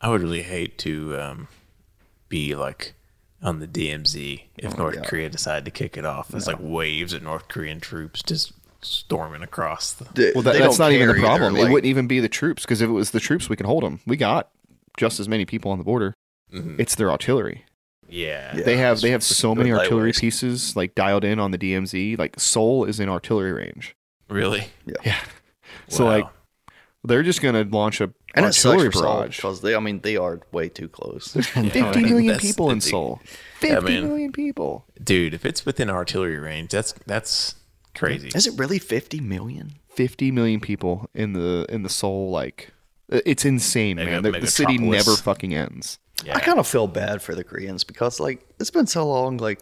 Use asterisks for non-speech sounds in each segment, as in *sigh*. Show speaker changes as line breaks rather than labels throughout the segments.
I would really hate to um, be like on the DMZ if North
Oh, yeah.
Korea decided to kick it off. It's like waves of North Korean troops just storming across the.
Well, that,
they
that's
don't
not even the
care either,
problem.
like-
it wouldn't even be the troops because if it was the troops, we can hold them. We got just as many people on the border.
Mm-hmm.
Mhm.
It's their artillery.
yeah,
they have they have
It's
so
their
many artillery
lightweights.
pieces like dialed in on the DMZ. Like Seoul is in artillery range.
Really?
Yeah. *laughs* So
Wow.
like they're just gonna launch a
And it sucks
artillery
for Seoul
barrage.
because they, I mean, they are way too close.
*laughs* Fifty
*laughs* Yeah,
million
right. That's-
people in
that's-
Seoul. Fifty
Yeah,
million
man.
people.
dude, if it's within artillery range, that's that's crazy.
Is it really 50 million?
Fifty million people in the in the Seoul. Like it's insane,
Mega-
man. The, the city
megatropolis.
never fucking ends.
Yeah.
I kind of feel bad for the Koreans because, like, it's been so long. Like,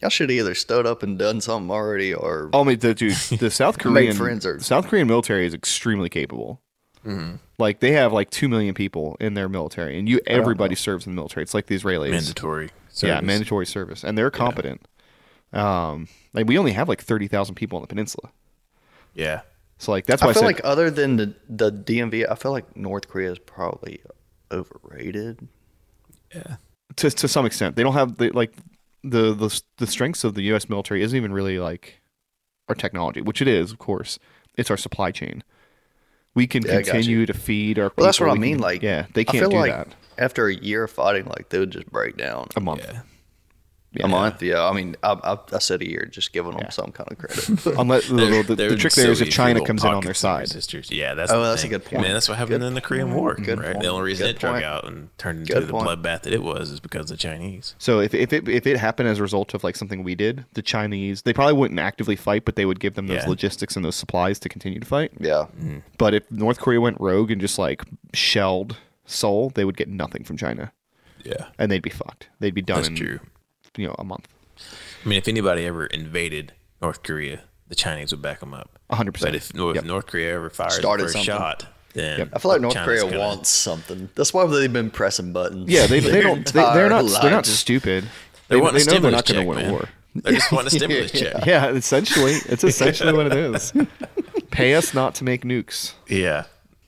y'all should either stood up and done something already, or
Oh, I mean,
*laughs*
the, dude, the South Korean
friends are-
South Korean military is extremely capable.
Mhm.
Like they have like two million people in their military, and you everybody serves in the military. It's like the Israelis.
mandatory.
Yeah,
service.
mandatory service, and they're competent. Um, like we only have like thirty thousand people on the peninsula,
Yeah,
so like that's why I,
I feel
said,
like other than the the DMV, I feel like North Korea is probably overrated.
to to some extent they don't have the like the the the strengths of the U.S. military isn't even really like our technology, which it is, of course. It's our supply chain. We can
Yeah, I got
continue to feed our.
Well, that's what
people.
I
We
mean.
can-
Like,
yeah, they
I
can't
feel
do
like
that
after a year of fighting, like they would just break down.
a month.
yeah.
A month, yeah. I mean, I, I, I said a year, just giving them some kind of credit.
*laughs* Unless the, the, the,
They're
the trick there is if
silly
China
little
comes in on
pockets
their
of
side.
resistors. Yeah, that's
Oh,
the
that's a
thing.
good point.
Man, that's what happened in the Korean War.
Good
right?
point.
The only reason
Good
it drug
point.
out and turned into
Good
the
point.
bloodbath that it was is because of the Chinese.
So if, if it if it happened as a result of like something we did, the Chinese they probably wouldn't actively fight, but they would give them those
Yeah.
logistics and those supplies to continue to fight.
yeah,
But if North Korea went rogue and just like shelled Seoul, they would get nothing from China,
Yeah,
and they'd be fucked. They'd be done
that's
in
true.
you know a month,
I mean, if anybody ever invaded North Korea, the Chinese would back them up.
A hundred
But
percent.
if, North,
Yep.
North Korea ever fires
Started
the first
something.
shot, then
Yep.
I feel like North
China's
Korea
gonna-
wants something. That's why they've been pressing buttons.
Yeah, they, they don't they,
Their
they're not
entire
they're not
lives.
stupid.
They,
They,
want
they
a
know they're
stimulus
not going
check,
to win
man.
a war.
They just
*laughs*
want a stimulus check.
Yeah, essentially, it's
*laughs*
essentially what it is. Pay us not to make nukes.
Yeah,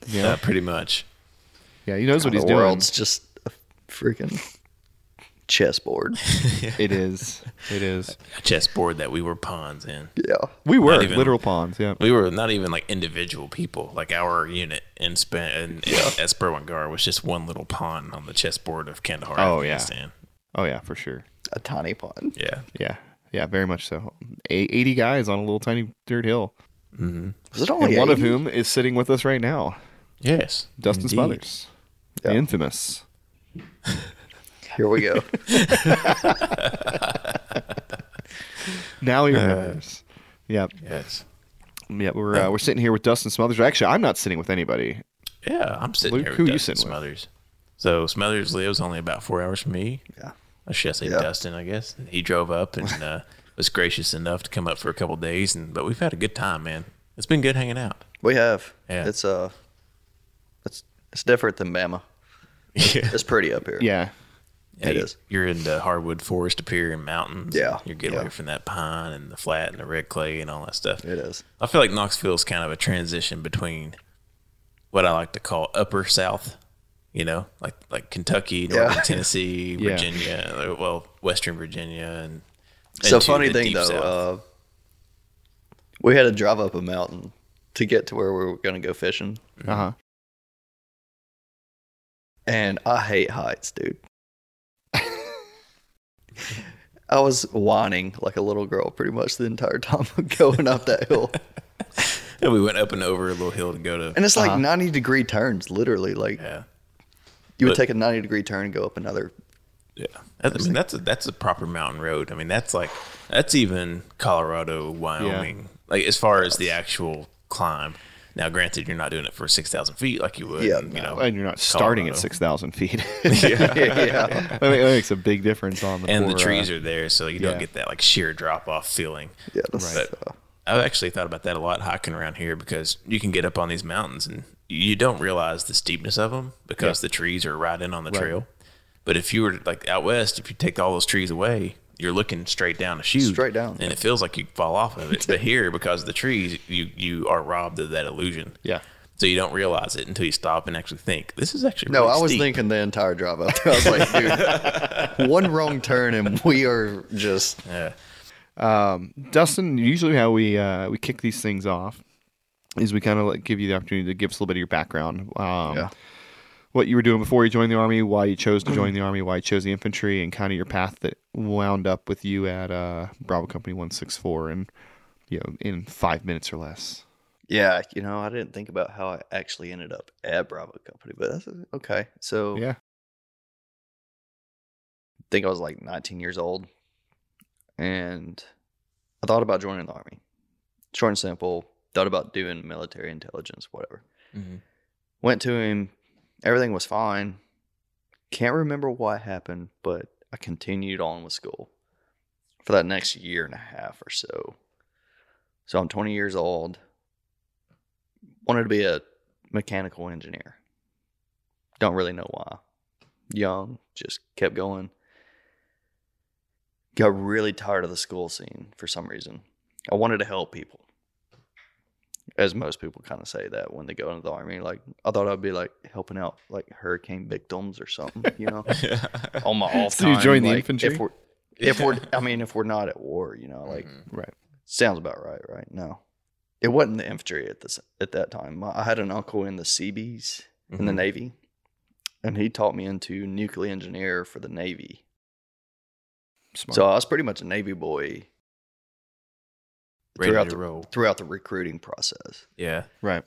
Yeah.
Uh, pretty much.
Yeah, he knows what he's
the
doing.
world's just a freaking
*laughs*
chessboard.
It is.
*laughs*
It is.
A chessboard that we were pawns in.
yeah.
We were
even-
literal pawns. Yeah.
we were not even like individual people. Like our unit in Span and yeah. Esper Wangar was just one little pawn on the chessboard of Kandahar,
Oh, yeah.
Afghanistan.
Oh yeah, for sure.
A tiny pawn.
Yeah.
Yeah, yeah, very much so. A- Eighty guys on a little tiny dirt hill,
Was it only
and one of
80?
whom is sitting with us right now,
Yes.
Dustin
indeed.
Smothers, the
Yeah.
infamous.
Here we
*laughs*
go.
Now he
Uh,
remembers. Yep,
Yes.
yep. We're uh, we're sitting here with Dustin Smothers. Actually, I'm not sitting with anybody.
Yeah, I'm sitting
Luke,
here with
who you
Dustin
sitting with?
Smothers. So Smothers lives only about four hours from me.
yeah.
Or should I say
Yeah.
Dustin, I guess. And he drove up and uh, was gracious enough to come up for a couple days and but we've had a good time, man. It's been good hanging out.
We have.
Yeah.
It's uh it's it's different than Bama.
Yeah.
It's pretty up here.
Yeah,
It
you-
is.
You're in the hardwood forest up here and mountains.
Yeah,
You get
yeah.
away from that pine and the flat and the red clay and all that stuff.
It is.
I feel like Knoxville is kind of a transition between what I like to call upper south, you know, like like Kentucky,
Yeah. *laughs*
northern Tennessee,
Yeah.
Virginia, or, well, western Virginia and
So
into
funny
the
thing
deep
though,
south.
uh we had to drive up a mountain to get to where we were gonna go fishing.
Mm.
uh huh.
And I hate heights, dude. *laughs* I was whining like a little girl pretty much the entire time going up that *laughs* hill.
*laughs* and we went up and over a little hill to go to
uh, And it's like 90 degree turns, literally. Like
yeah.
you would
But-
take a 90 degree turn and go up another.
Yeah, that's, I mean that's a, that's a proper mountain road. I mean that's like that's even Colorado, Wyoming. Like as far as the actual climb. Now, granted, you're not doing it for six thousand feet like you would.
Yeah,
in, you know,
And you're not starting
Oh,
at
Colorado.
six
*laughs*
thousand feet.
yeah.
*laughs* that ma- that makes a big difference on the
and
poor,
the trees
uh,
are there, so you
yeah.
don't get that like sheer drop off feeling.
Yeah, that's,
But
uh,
I've actually thought about that a lot hiking around here because you can get up on these mountains and you don't realize the steepness of them because the trees are right in on the trail. But if you were like out west, if you take all those trees away, you're looking straight down a chute,
Straight down.
and it
*laughs*
feels like you fall off of it. but here, because of the trees, you you are robbed of that illusion.
Yeah.
So you don't realize it until you stop and actually think. This is actually
No,
really
I was
steep.
thinking the entire drive out there. *laughs* I was like, *laughs* dude, one wrong turn and we are just
Yeah.
Dustin, usually how we uh, we kick these things off is we kind of like give you the opportunity to give us a little bit of your background. Um,
Yeah.
What you were doing before you joined the army, why you chose to join the army, why you chose the infantry, and kind of your path that wound up with you at uh, Bravo Company One Six Four, and you know in five minutes or less.
yeah. You know, I didn't think about how I actually ended up at Bravo Company, but that's okay. So
Yeah,
I think I was like 19 years old, and I thought about joining the army. Short and simple. Thought about doing military intelligence, whatever.
Mhm.
Went to him. Everything was fine. Can't remember what happened, but I continued on with school for that next year and a half or so. So I'm 20 years old. Wanted to be a mechanical engineer. Don't really know why. Young, just kept going. Got really tired of the school scene for some reason. I wanted to help people. As most people kind of say that when they go into the army, like I thought I'd be like helping out like hurricane victims or something, you
*laughs*
know,
*laughs*
on my off
So you
time,
joined the
like,
infantry?
If we're, if we're, I mean, if we're not at war, you know, like
Mhm.
right.
Sounds about right, right? No, it wasn't the infantry at this at that time. My, I had an uncle in the Seabees in the
Mhm.
Navy, and he taught me into nuclear engineer for the Navy.
Smart.
So I was pretty much a Navy boy
Ready
throughout
to
the-
roll.
throughout the recruiting process.
Yeah.
right.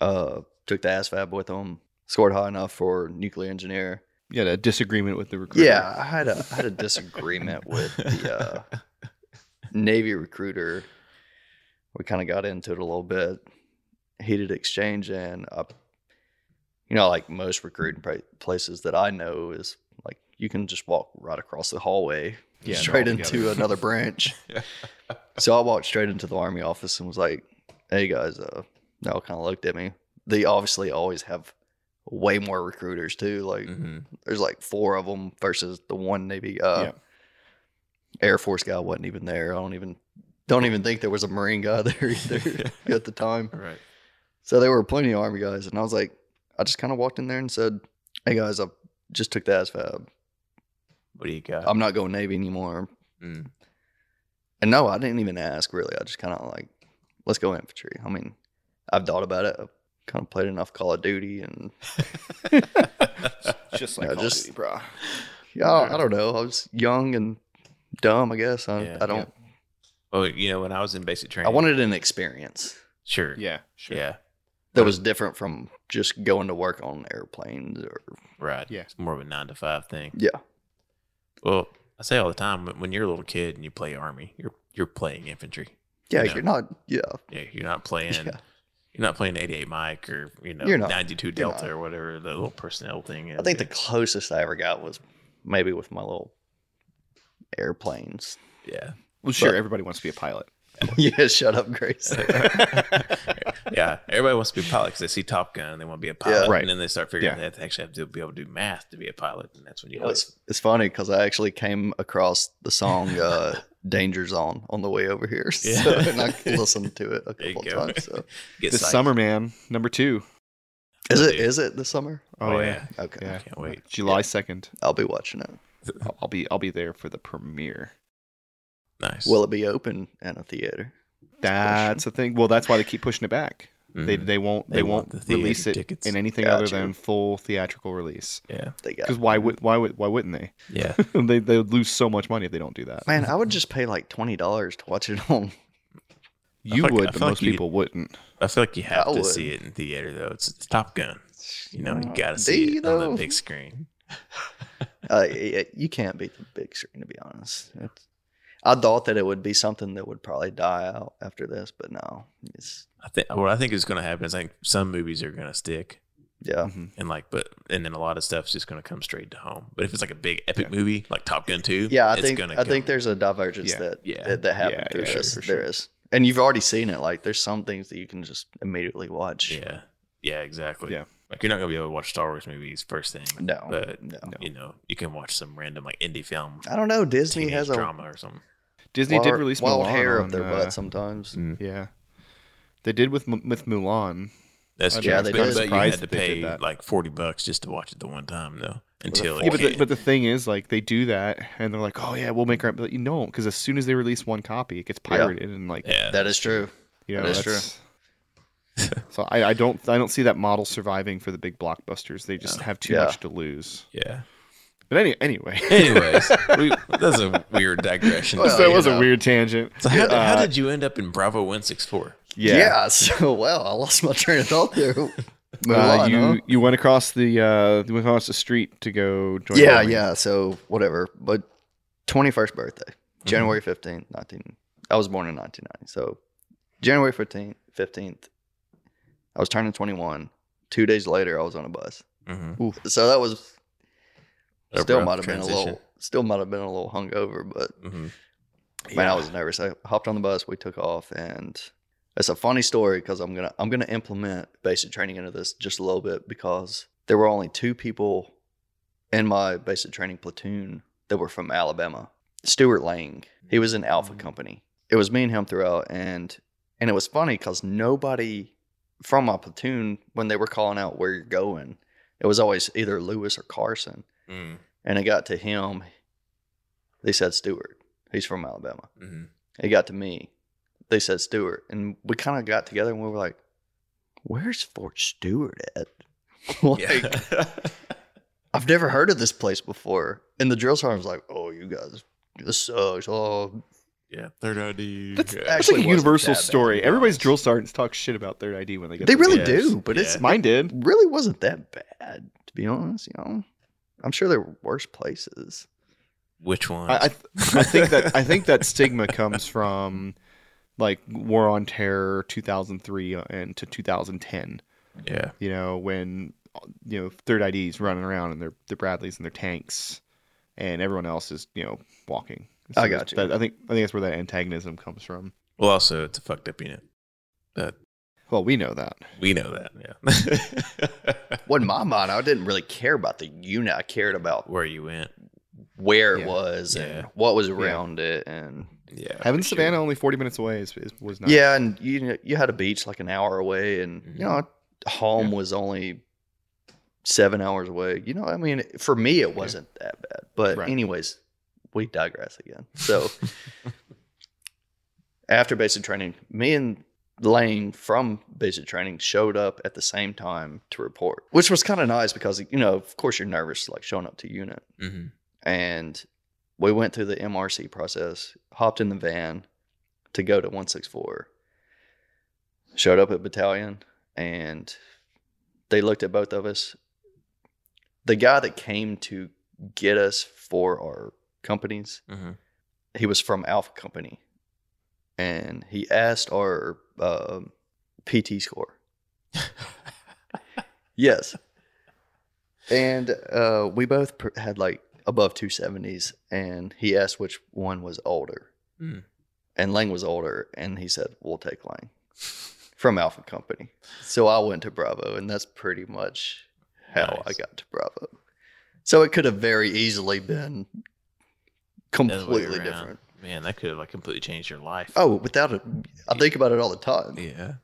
Uh, took the ASVAB with him, scored high enough for nuclear engineer.
You had a disagreement with the recruiter.
Yeah, I had a I had a disagreement with the uh, Navy recruiter. We kind of got into it a little bit, heated exchange, and uh, you know, like most recruiting pra- places that I know is like you can just walk right across the hallway,
Yeah, they're
straight
all
into
together.
another
*laughs*
branch. so I walked straight into the army office and was like, "Hey guys," uh, they all kind of looked at me. They obviously always have way more recruiters too.
Mm-hmm.
Like
Mhm.
there's like four of them versus the one Navy uh,
Yeah.
Air Force guy wasn't even there. I don't even don't even think there was a Marine guy *laughs* there
*laughs*
either at the time.
All right.
So there were plenty of Army guys, and I was like, I just kind of walked in there and said, "Hey guys, I just took the ASVAB.
What do you got?
I'm not going Navy anymore." *laughs*
Mm.
And no, I didn't even ask really. I just kind of like, let's go infantry. I mean, I've thought about it. I've kind of played enough Call of Duty, and
Just like
Yeah,
Call of
just-
Duty, bruh.
yeah, I don't know. I was young and dumb, I guess. I,
Yeah,
I don't.
Well, Oh, you know, when I was in basic training,
I wanted an experience.
sure.
Yeah, sure.
Yeah.
that was different from just going to work on airplanes or
Right.
Yeah.
It's more of a nine to five thing.
yeah
Well, I say all the time when- when you're a little kid and you play army, you're you're playing infantry.
yeah
Yeah.
you're not yeah
Yeah, you're not playing.
Yeah.
You're not playing 88 Mike or you know
You're not.
92
You're
Delta
not.
or whatever the little personnel thing is.
i think the
yeah.
closest i ever got was maybe with my little airplanes *laughs*
yeah.
Well, sure. everybody wants to be a pilot.
yeah shut up
*laughs*
grace
yeah, everybody wants to be a pilot because they see Top Gun and they want to be a pilot,
Right.
and then they start figuring
Yeah.
out they have to actually have to be able to do math to be a pilot, and that's when you
You
know
know, it's, it's funny because i actually came across the song uh danger zone on the way over here
Yeah.
so, *laughs* and i listened to it a
There you
couple
go.
times so
get
this
psyched.
summer, man, number two.
is it
Dude.
is it this summer
Oh, yeah.
okay
Yeah.
Can't wait.
July second.
i'll be watching it
I'll- I'll be I'll be there for the premiere.
Nice.
will it be open in a theater
That's the thing. Well, that's why they keep pushing it back. They
Mhm.
they won't they,
They want
won't
the theater
release it
tickets.
in anything
Got
other
you.
than full theatrical release.
yeah,
they got
Because why would why would why wouldn't they? *laughs*
yeah.
they they would lose so much money if they don't do that.
Man, I
*laughs*
would just pay like twenty dollars to watch it *laughs* on.
You
like- I
would,
feel
but
like
most
you-
people wouldn't.
I feel like you have
I
to
would.
see it in theater though. It's, it's Top Gun. You know, you gotta
Do
see
you
it on
though?
the big screen.
Uh, y- you can't beat the big screen, to be honest. It's- I thought that it would be something that would probably die out after this, but no. It's
I think what I think is going to happen is I think some movies are going to stick
yeah,
and like, but and then a lot of stuff's just going to come straight to home. But if it's like a big epic movie like Top Gun Two,
yeah. I
it's
think I
gonna
think
come.
there's a divergence
Yeah,
that,
yeah,
that that happened
yeah,
through
for sure,
this.
for sure.
There is, and you've already seen it. Like there's some things that you can just immediately watch.
yeah, yeah, exactly.
Yeah.
like you're not going to be able to watch Star Wars movies first thing.
No,
but
no.
you know you can watch some random like indie film,
I don't know. Disney
teenage
has a
drama or something.
Disney
wild,
did release
wild
Mulan
hair
on,
up their
uh,
butt sometimes.
Yeah, they did with M- with Mulan.
That's
I'd
true.
be
Yeah, they
but,
did.
but you had to
Surprised that they did
pay
that.
like forty bucks just to watch it the one time though. Until
it
it
Yeah, but the,
can't.
but the thing is, like, they do that, and they're like, "Oh yeah, we'll make our." But you know, because as soon as they release one copy, it gets
Yeah.
pirated, and like,
yeah,
That is true.
you know,
that is
that's- so I, I don't, I don't see that model surviving for the big blockbusters. They just have too
Yeah.
much to lose.
yeah.
But any, anyway, *laughs*
Anyways, we, that's a weird digression.
Well,
that
you
was
know.
a weird tangent.
so how,
Uh,
how did you end up in Bravo One Six Four?
*laughs*
yeah,
so well, I lost my train of thought
*laughs*
there.
Uh,
Mulan,
you
huh?
you went across the uh, you went across the street to go join.
yeah,
Wolverine.
yeah. So whatever. But 21st birthday,
Mm-hmm.
Mm-hmm.
January 15th, 19. I was born in 1990. So January 15th, 15th, I was turning 21. Two days later, I was on a bus.
Mm-hmm.
So that was still might have been a little, still might have been a little hungover, but
Mm-hmm.
man,
Yeah.
I was nervous. I hopped on the bus, we took off, and it's a funny story because I'm gonna I'm gonna implement basic training into this just a little bit because there were only two people in my basic training platoon that were from Alabama. Stuart Lang, he was in Alpha Company. It was me and him throughout, and and it was funny because nobody from my platoon when they were calling out where you're going, it was always either Lewis or Carson,
Mm-hmm.
and it got to him. They said Stewart. He's from Alabama it got to me. They said Stewart, and we kind of got together and we were like, "Where's Fort Stewart at?"
Mm-hmm.
like, I've never heard of this place before. And the drill sergeant was like, "Oh, you guys, this sucks." Oh,
yeah, third ID.
That's,
Yeah.
that's like
Actually
a
wasn't
universal
that bad,
story.
to be
Everybody's
honest.
drill sergeants talk shit about third ID when they get.
they
their
really
badge.
Yes.
do, but it's
Yeah.
Mine did.
really wasn't that bad to be honest. You know, I'm sure there were worse places.
Which one?
I, I, th- I think that I think
*laughs*
that stigma comes from like war on terror 2003 and to 2010.
yeah.
You know when you know third IDs running around in their their Bradleys and their tanks, and everyone else is you know walking.
I got you.
that- I think I think that's where that antagonism comes from.
Well, also it's a fucked up unit.
Well, we know that.
We know that.
*laughs*
Yeah.
Well, in my mind, I didn't really care about the unit. I cared
*laughs*
about
Where you went?
where
Yeah.
it was and
Yeah.
what was around it, and
Yeah.
Having
for sure.
Savannah only 40 minutes away is, is was nice. Mm-hmm.
Yeah, and you know, you had a beach like an hour away, and you know home was only seven hours away. You know, I mean, for me it wasn't that bad. But
Right.
anyways, we digress again. So
*laughs*
after basic training, me and Lane from basic training showed up at the same time to report, which was kind of nice because you know, of course, you're nervous like showing up to unit
Mhm.
and we went through the MRC process, hopped in the van to go to 164. Showed up at battalion and they looked at both of us. The guy that came to get us for our companies,
Mhm.
he was from Alpha Company. And he asked our um
*laughs*
PT score. yes. And uh, we both pr- had like above 270s. And he asked which one was older.
Mm.
And Lang was older. And he said, We'll take Lang from Alpha Company. So I went to Bravo. And that's pretty much how I
Nice.
got to Bravo. So it could have very easily been
The other way
completely
around.
different.
Man, that could have like completely changed your life.
Oh, without it, I think about it all the time.
Yeah.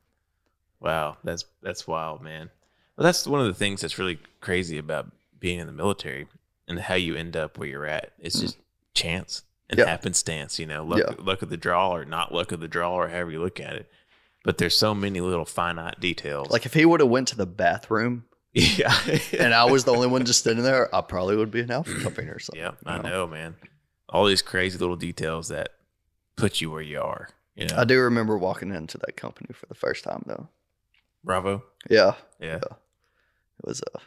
Wow, that's that's wild, man. Well, that's one of the things that's really crazy about being in the military and how you end up where you're at. It's
Mm.
just chance and
Yeah.
happenstance, you know, luck,
Yeah.
luck of the draw or not luck of the draw or however you look at it. But there's so many little finite details.
Like if he would have went to the bathroom
*laughs* yeah,
and I was the only one just standing there, I probably would be
*clears throat*
an alpha company or something.
yeah, I
you
know, man. All these crazy little details that put you where you are. You know,
I do remember walking into that company for the first time though.
Bravo.
Yeah,
Yeah,
it was. Uh,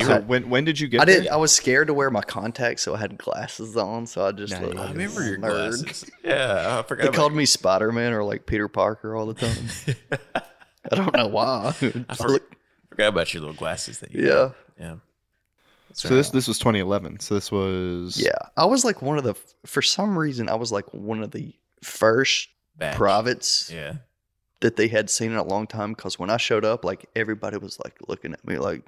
So when when did you get
I
there?
did. not I was scared to wear my contacts, so I had glasses on. So I just
Nice.
looked
I
like a
remember your
nerd. *laughs*
glasses. *laughs* Yeah, I forgot.
They
about
called me Spider Man or like Peter Parker all the time. *laughs* I don't know
*laughs*
why.
*laughs* I
I
for-
look-
forgot about your little glasses that you
yeah,
had. Yeah.
So this this was 2011. So this was
yeah. I was like one of the. For some reason, I was like one of the first
Batch.
privates
Yeah.
that they had seen in a long time because when I showed up, like everybody was like looking at me like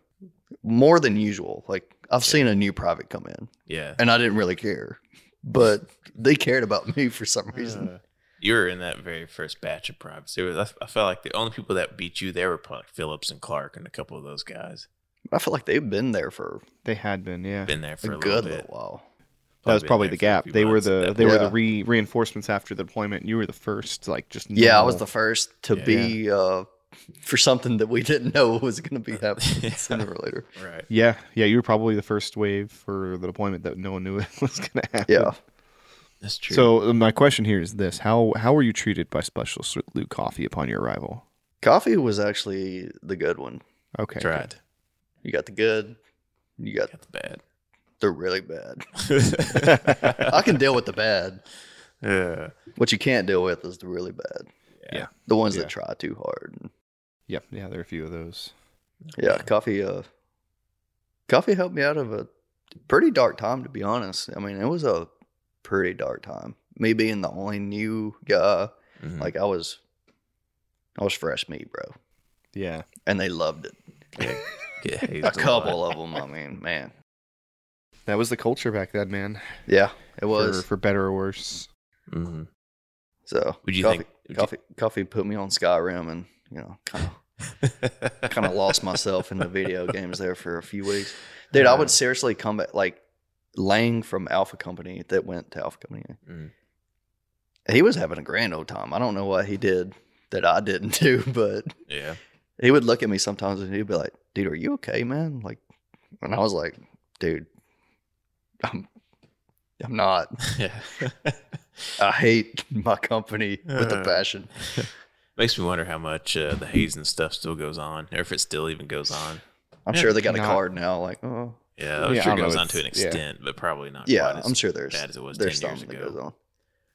more than usual. Like I've seen a new private come in
Yeah.
and I didn't really care, but they cared about me for some reason.
Uh, You were in that very first batch of privates. It was, I, I felt like the only people that beat you there were probably like Phillips and Clark and a couple of those guys.
I feel like they've been there for
They had been, yeah.
Been there for
a
a,
good
little bit.
little while.
that was
been
probably
there
the
for a
gap.
few
they were
months at
the
that
they were
point.
the re- reinforcements after the deployment. and You were the first, like just
Yeah, I was
normal-
the first to
Yeah.
be uh, for something that we didn't know *laughs* was going to be happening
Uh, *laughs* Yeah.
sooner or later.
point. Right.
yeah yeah. You were probably the first wave for the deployment that no one knew *laughs* it was gonna happen.
Yeah,
That's true.
So uh, my question here is this: how how were you treated by Specialist Luke Coffee upon your arrival?
coffee was actually the good one.
Okay,
tried.
good.
You got the good, you got
Got the
the really bad.
bad.
I can deal with the bad.
yeah.
What you can't deal with is the really bad.
Yeah.
the ones
Yeah.
that try too hard.
Yep, yeah, there are a few of those.
Yeah, coffee. Uh, coffee helped me out of a pretty dark time, to be honest. I mean, it was a pretty dark time. Me being the only new guy,
Mhm.
like I was, I was fresh meat, bro,
Yeah,
and they loved it.
*laughs* Yeah, get hazed
A
lot.
couple of them. I mean, man,
that was the culture back then, man.
yeah, it
for,
was.
for better or worse.
*laughs*
Mhm.
So,
Would you
coffee,
think- would you-
coffee, coffee put me on Skyrim, and you know, kind of kind of lost myself in
*laughs*
the video games there for a few weeks. Dude, I
Yeah.
would seriously come back like Lang from Alpha Company that went to Alpha Company.
Mm.
He was having a grand old time. I don't know what he did that I didn't *laughs* do, but
*laughs* Yeah.
he would look at me sometimes and he'd be like, "Dude, are you okay, man?" Like, and I was like, "Dude, I'm, I'm not.
Yeah. *laughs*
I hate my company with a
Uh.
passion."
Makes me wonder how much uh, the hazing stuff still goes on, or if it still even goes on.
I'm
Yeah,
sure they got a
not-
card now. Like, oh,
Yeah, I'm
Yeah, I
sure it
don't
goes
know,
on to an
it's- yeah.
extent, but probably not.
yeah,
quite as
I'm sure there's
bad as it was ten
there's
years
something that goes
ago.
on.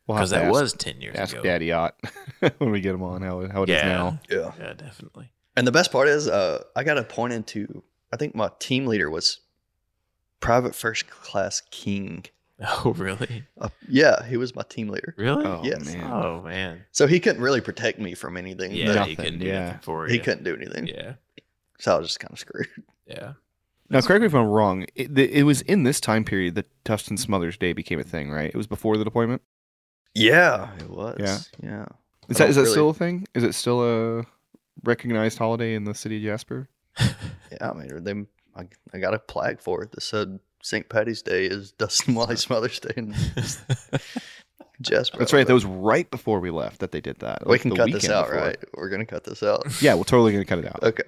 We'll have
Because
to
that
ask-
was ten years
ask
ago.
Daddy Yacht *laughs* when we get him on how it, how it is
Yeah.
now.
Yeah.
Yeah, definitely. *laughs*
And the best part is, uh, I got appointed to. I think my team leader was Private First Class King.
Oh, really?
Uh, yeah, he was my team leader,
Really?
Oh
Yes.
man,
Oh, man.
so he couldn't really protect me from anything.
Yeah,
but
he
Nothing,
couldn't do
yeah.
nothing for
he
ya.
couldn't do anything.
Yeah,
So I was just kind of screwed. *laughs*
*laughs* yeah.
now correct me if I'm wrong. It, the, it was in this time period that Tufton Smothers Day became a thing, right? It was before the deployment.
Yeah, it was.
Yeah.
yeah.
Is
I
that is
don't
that still a thing? Is it still a recognized holiday in the city of Jasper?
Yeah, I mean, they, I, I got a plaque for it that said St. Patty's Day is Dustin Wiley's Mother's Day *laughs* in Jasper.
That's right. That
Alabama.
was right before we left that they did that.
Uh, we
like
can
the
cut this
weekend
out,
before.
right? We're gonna cut this out.
*laughs* Yeah, we're totally gonna cut
*laughs*
it out.
Okay.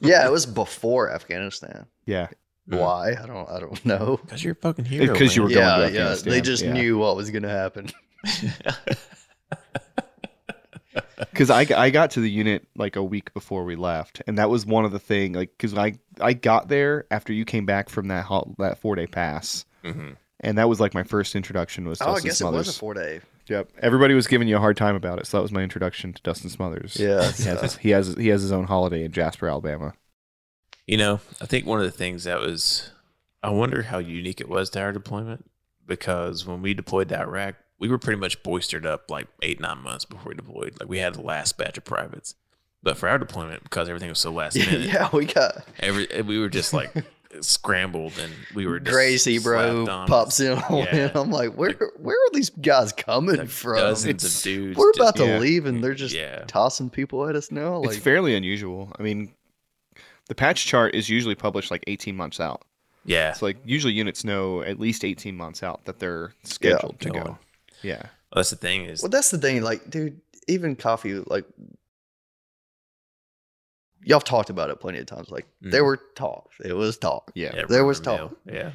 yeah, it was before Afghanistan.
Yeah,
Mm.
Why? I don't. I don't *laughs* know.
Because you're a fucking hero.
Because you
man.
were going
yeah,
to
yeah.
Afghanistan.
They just
Yeah.
knew what was going to happen. *laughs*
*laughs*
because I, I got to the unit like a week before we left, and that was one of the thing. Like, because I I got there after you came back from that hol- that four day pass,
Mhm.
and that was like my first introduction was
Oh, I
Dustin
guess it
Smothers.
was a four
*laughs*
day.
Yep, everybody was giving you a hard time about it, so that was my introduction to Dustin Smothers.
Yeah. *laughs*
he has
so-
his, he has he has his own holiday in Jasper, Alabama.
You know, I think one of the things that was, I wonder how unique it was to our deployment because when we deployed to Iraq, we were pretty much boistered up like eight, nine months before we deployed. Like we had the last batch of privates. But for our deployment, because everything was so last minute,
*laughs* yeah, we got
every we were just like scrambled and we were just
Gracie, bro,
slapped on
pops in on
Yeah.
him. I'm like, where where are these guys coming
like
from?
dozens of dudes.
We're
just-
about to
Yeah.
leave, and they're just
yeah.
tossing people at us now. Like,
it's fairly unusual. I mean, the patch chart is usually published like eighteen months out.
Yeah.
So like usually units know at least eighteen months out that they're scheduled to
Going.
go. Yeah.
Well, that's the thing is,
well, that's the thing. Like, dude, even coffee, like, y'all have talked about it plenty of times. Like, there
Mm.
Mhm.
were talks. It was talk,
Yeah.
yeah,
there was
rumor
talk.
mill. Yeah,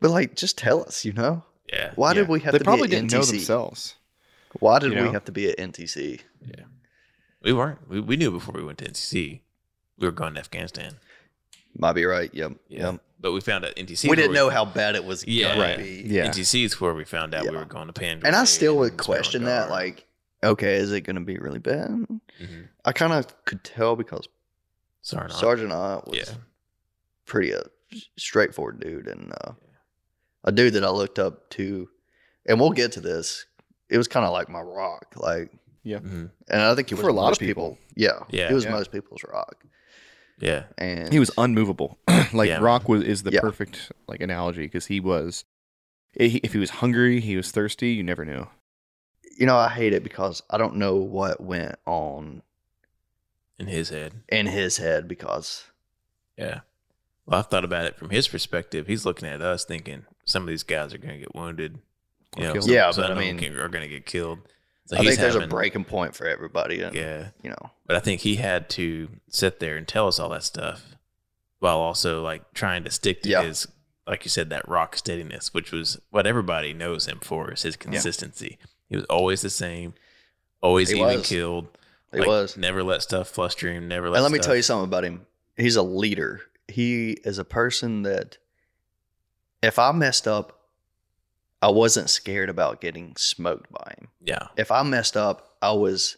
but like, just tell us, you know.
yeah.
Why
Yeah.
did we have
they
to
probably
be at
didn't
NTC?
know themselves.
Why did
you
we
know?
have to be at NTC?
We weren't. We, we knew before we went to NCC, we were going to Afghanistan.
Might be right. Yep.
Yeah, but we found out NTC.
We
where
didn't know how bad it was
Yeah.
gonna
Right.
be.
Yeah.
NTC is where we found out we
Yeah.
were going to Pandora.
And I still would
and
question
Sparrow
that,
Guard.
like, okay, is it gonna be really bad?
Mhm.
I kind of could tell because
Sorry, not.
Sergeant Ott was
Yeah.
pretty uh, straightforward dude, and uh, a dude that I looked up to, and we'll get to this. It was kind of like my rock, like,
Mhm.
and I think he was
For a lot of
most
people.
Yeah,
Yeah.
he was
Yeah.
most people's rock,
Yeah,
and
He was unmovable. *clears throat* like
Yeah.
Rock was is the
Yeah.
perfect like analogy because he was. i- he- If he was hungry, he was thirsty. You never knew.
you know, I hate it because I don't know what went on
in his head.
in his head because
Yeah. Well, I've thought about it from his perspective. He's looking at us thinking some of these guys are going to get wounded.
Or
You know,
killed.
some-
Yeah,
some
but I
of them
mean-
can- are going to get killed. So
I
he's
think there's
having-
a breaking point for everybody. And,
Yeah.
You know,
But I think he had to sit there and tell us all that stuff while also like trying to stick to
Yeah.
his like you said, that rock steadiness, which was what everybody knows him for is his consistency. He was always the same, always
He
even
was.
killed.
it
like,
was.
Never let stuff fluster him, never let
And let me
stuff-
tell you something about him. He's a leader. He is a person that if I messed up, I wasn't scared about getting smoked by him.
Yeah.
If I messed up, I was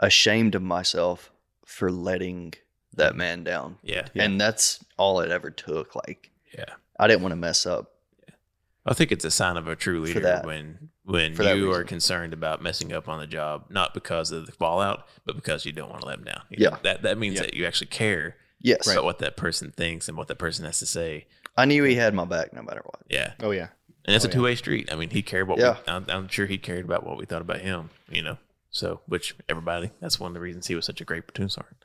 ashamed of myself for letting that man down.
Yeah.
And that's all it ever took. Like
Yeah.
I didn't want to mess up.
I think it's a sign of a true leader
that.
when when
For that
you are
reason.
concerned about messing up on the job, not because of the fallout, but because you don't want to let them down. You
Yeah.
know, that that means
Yeah.
that you actually care
Yes.
about what that person thinks and what that person has to say.
I knew he had my back no matter what.
Yeah,
Oh yeah.
and it's
Oh,
a
yeah.
two way street. I mean, he cared what.
Yeah.
We, I'm, I'm sure he cared about what we thought about him. You know, so which everybody that's one of the reasons he was such a great platoon sergeant.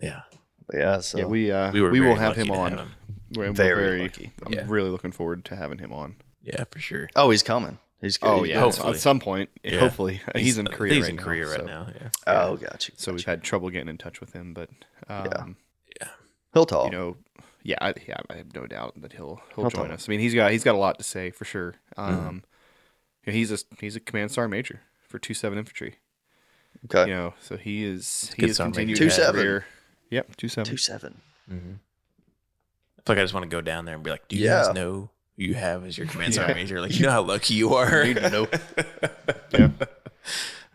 Yeah,
But yeah. So
yeah, we uh,
we
we,
were.
will
very
have
lucky
him
to
on.
him.
We're, we're
Very
very,
lucky.
I'm
Yeah.
really looking forward to having him on.
Yeah, for sure.
Oh, he's coming. He's good.
Oh
He's
yeah,
good.
hopefully.
at some point.
Yeah.
Hopefully, Uh, he's, in
I think
Korea.
He's
right
in
now,
Korea
so-
right now. Yeah.
Oh, gotcha.
So we've
gotcha.
had trouble getting in touch with him, but um,
Yeah. he'll talk.
you know, yeah, I, yeah, I have no doubt that he'll he'll,
He'll Mm-hmm.
join
talk.
us. I mean, he's got he's got a lot to say for sure. Um, you know, he's a he's a command sergeant major for two seven infantry.
okay.
You know, so he is
Good
he is
sergeant
continuing
major.
his
2-7.
career. Yep, two seven.
Two seven.
Mm-hmm. I feel like I just want to go down there and be like, "Do you
Yeah.
guys know who you have as your command
*laughs* Yeah.
sergeant major? Like, you know how lucky
*laughs*
you are."
Dude,
*laughs*
nope.
Yeah.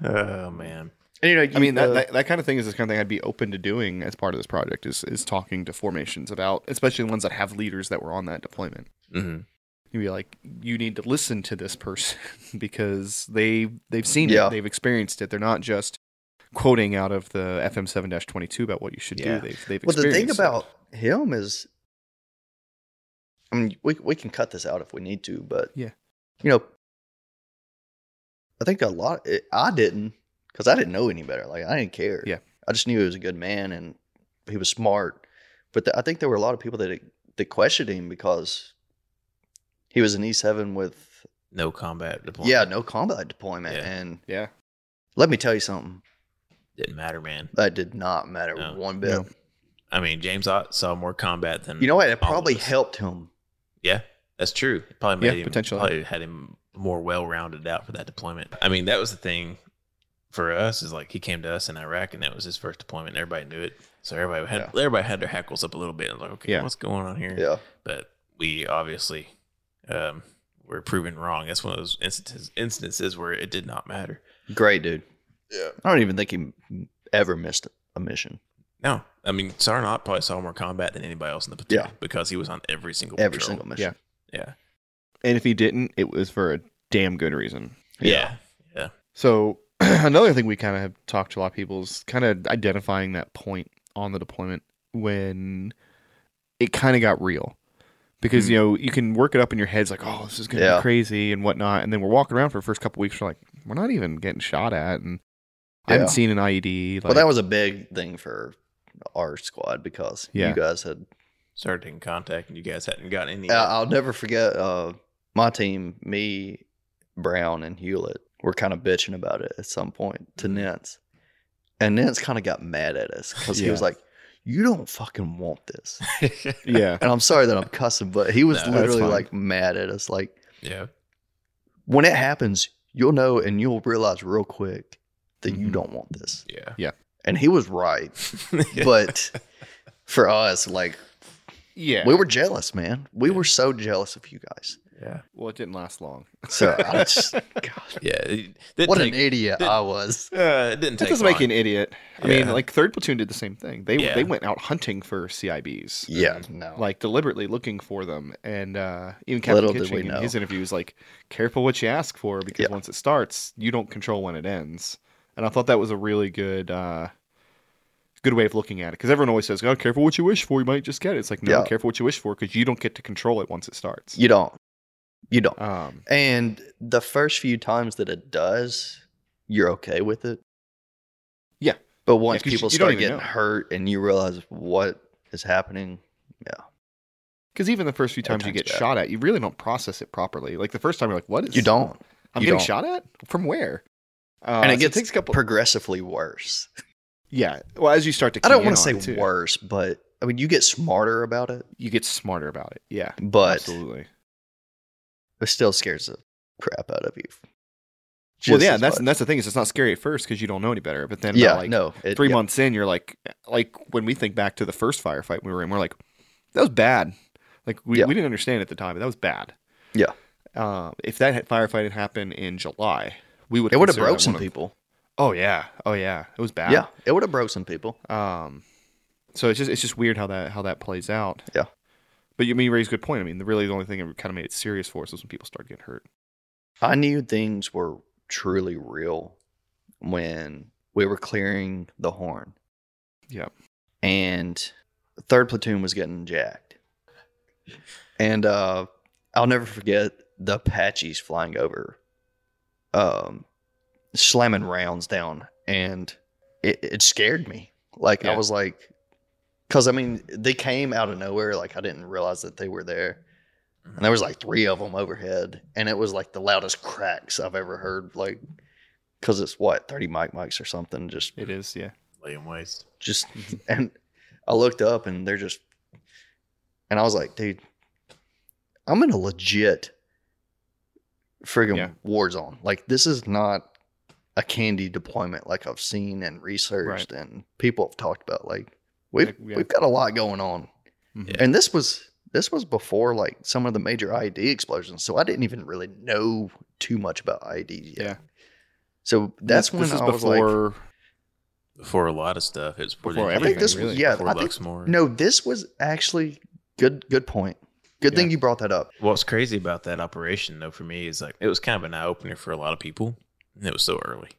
Oh man.
And you know,
I mean, that,
uh,
that, that kind of thing is the kind of thing I'd be open to doing as part of this project is is talking to formations about, especially ones that have leaders that were on that deployment.
Mm-hmm.
You'd be like, you need to listen to this person *laughs* because they they've seen
Yeah.
it, they've experienced it. They're not just quoting out of the FM seven twenty two about what you should
Yeah.
do. They've they've
well, the thing
experienced it.
about him is, I mean, we we can cut this out if we need to, but
Yeah.
you know, I think a lot. It, I didn't because I didn't know any better. Like I didn't care.
Yeah.
I just knew he was a good man and he was smart. But the, I think there were a lot of people that that questioned him because he was an E seven with
No combat deployment.
yeah no combat deployment,
Yeah.
and
yeah,
let me tell you something
didn't matter, man.
that did not matter
No.
one bit.
No.
I mean, James Ott saw more combat than
You know what? It
all of
probably
us.
helped him.
Yeah, that's true. It probably made
Yeah,
him
potentially.
probably had him more well rounded out for that deployment. I mean, that was the thing for us is like he came to us in Iraq and that was his first deployment. And everybody knew it, so everybody had everybody had their hackles up a little bit. And like, okay,
Yeah.
what's going on here?
Yeah.
But we obviously um, were proven wrong. That's one of those instances instances where it did not matter.
Great dude. Yeah. I don't even think he m- ever missed a mission.
No, I mean Sarnat probably saw more combat than anybody else in the platoon
Yeah.
because he was on every single
Every
patrol.
single mission.
yeah
and if he didn't, it was for a damn good reason.
yeah
So *clears throat* another thing we kind of have talked to a lot of people is kind of identifying that point on the deployment when it kind of got real. Because you know you can work it up in your heads like, oh, this is gonna
Yeah.
be crazy and whatnot, and then we're walking around for the first couple weeks, we're like, we're not even getting shot at, and I
Yeah.
haven't seen an IED. Like,
well, that was a big thing for our squad because
Yeah.
you guys had.
started taking contact and you guys hadn't gotten any.
I- I'll never forget uh, my team, me, Brown, and Hewlett were kind of bitching about it at some point to Nance. And Nance kind of got mad at us because he
Yeah.
was like, You don't fucking want this. *laughs*
yeah,
And I'm sorry that I'm cussing, but he was
No, that's
literally
fine.
like mad at us. Like,
*laughs* yeah.
when it happens, you'll know and you'll realize real quick that you
Mhm.
don't want this.
Yeah.
And he was
*laughs*
right. But for us, like
yeah.
we were jealous, man. We were so jealous of you guys.
yeah.
well, it didn't last long.
So I
*laughs*
just, God,
Yeah. It didn't
what
take,
an idiot
didn't-
I was.
uh, it didn't
That
take
doesn't make
long.
you an idiot. I
Yeah.
mean, like third platoon did the same thing. They
Yeah.
they went out hunting for CIBs.
Yeah, no.
Mm-hmm. like deliberately looking for them. And uh, even Captain
Little did we
Kitching
know.
in his interview was like, "Careful what you ask for because
Yeah.
once it starts, you don't control when it ends." And I thought that was a really good, uh, good way of looking at it because everyone always says, "Oh, careful what you wish for, you might just get it." It's like, no,
Yeah.
careful what you wish for because you don't get to control it once it starts.
You don't. You don't.
Um,
And the first few times that it does, you're okay with it.
Yeah.
But once
'cause you-
people
you don't
start
even
getting
know.
hurt and you realize what is happening,
because even the first few
That
times you
time's
get
bad.
shot at, you really don't process it properly. Like the first time, you're like, "What is?"
you don't.
I'm
you
getting
don't.
shot at from where? Uh,
and
so
it gets
takes a couple.
progressively worse.
yeah. Well, as you start to,
I don't
key
want
in
to say
on it, too,
worse, but I mean, you get smarter about it,
You get smarter about it. Yeah.
but
absolutely.
it still scares the crap out of you.
Well,
Just
yeah.
as
That's
much.
that's the thing is it's not scary at first because you don't know any better. But then, about,
yeah,
like,
no, it-
three
yeah.
months in, you're like, like when we think back to the first firefight we were in, we're like, that was bad. Like we,
Yeah.
we didn't understand at the time, but that was bad.
Yeah.
Uh, if that had- firefight had happened in July, we would
It would have
consider
broke
that
some
one of-
people.
Oh yeah, oh yeah, it was bad.
Yeah, it would have broke some people.
Um, so it's just it's just weird how that how that plays out.
Yeah.
But you I mean you raise a good point. I mean, the really the only thing that kind of made it serious for us was when people started getting hurt.
I knew things were truly real when we were clearing the horn.
Yep.
And third platoon was getting jacked. And uh I'll never forget the Apaches flying over, um, slamming rounds down, and it, it scared me. Like
Yeah.
I was like, because I mean they came out of nowhere. Like I didn't realize that they were there, and there was like three of them overhead, and it was like the loudest cracks I've ever heard. Like, because it's what thirty mic mics or something, just
It is, yeah.
laying waste.
just
Mm-hmm.
*laughs* and I looked up and they're just and I was like, dude, I'm in a legit friggin'
Yeah.
war zone. Like this is not a candy deployment like I've seen and researched and people have talked about. Like we've
Like, yeah.
we've got a lot going on.
Mhm.
And this was this was before like some of the major IED explosions. So I didn't even really know too much about IEDs yet.
Yeah.
So that's
This-
when
this is
I was like,
before
Before a lot of stuff, it's before,
Before
the-
I think everything,
this was
really.
yeah.
before
I think,
Luxmore.
no, this was actually good. Good point. Good thing
Yeah.
you brought that up.
What's crazy about that operation, though, for me is like it was kind of an eye opener for a lot of people, and it was so early.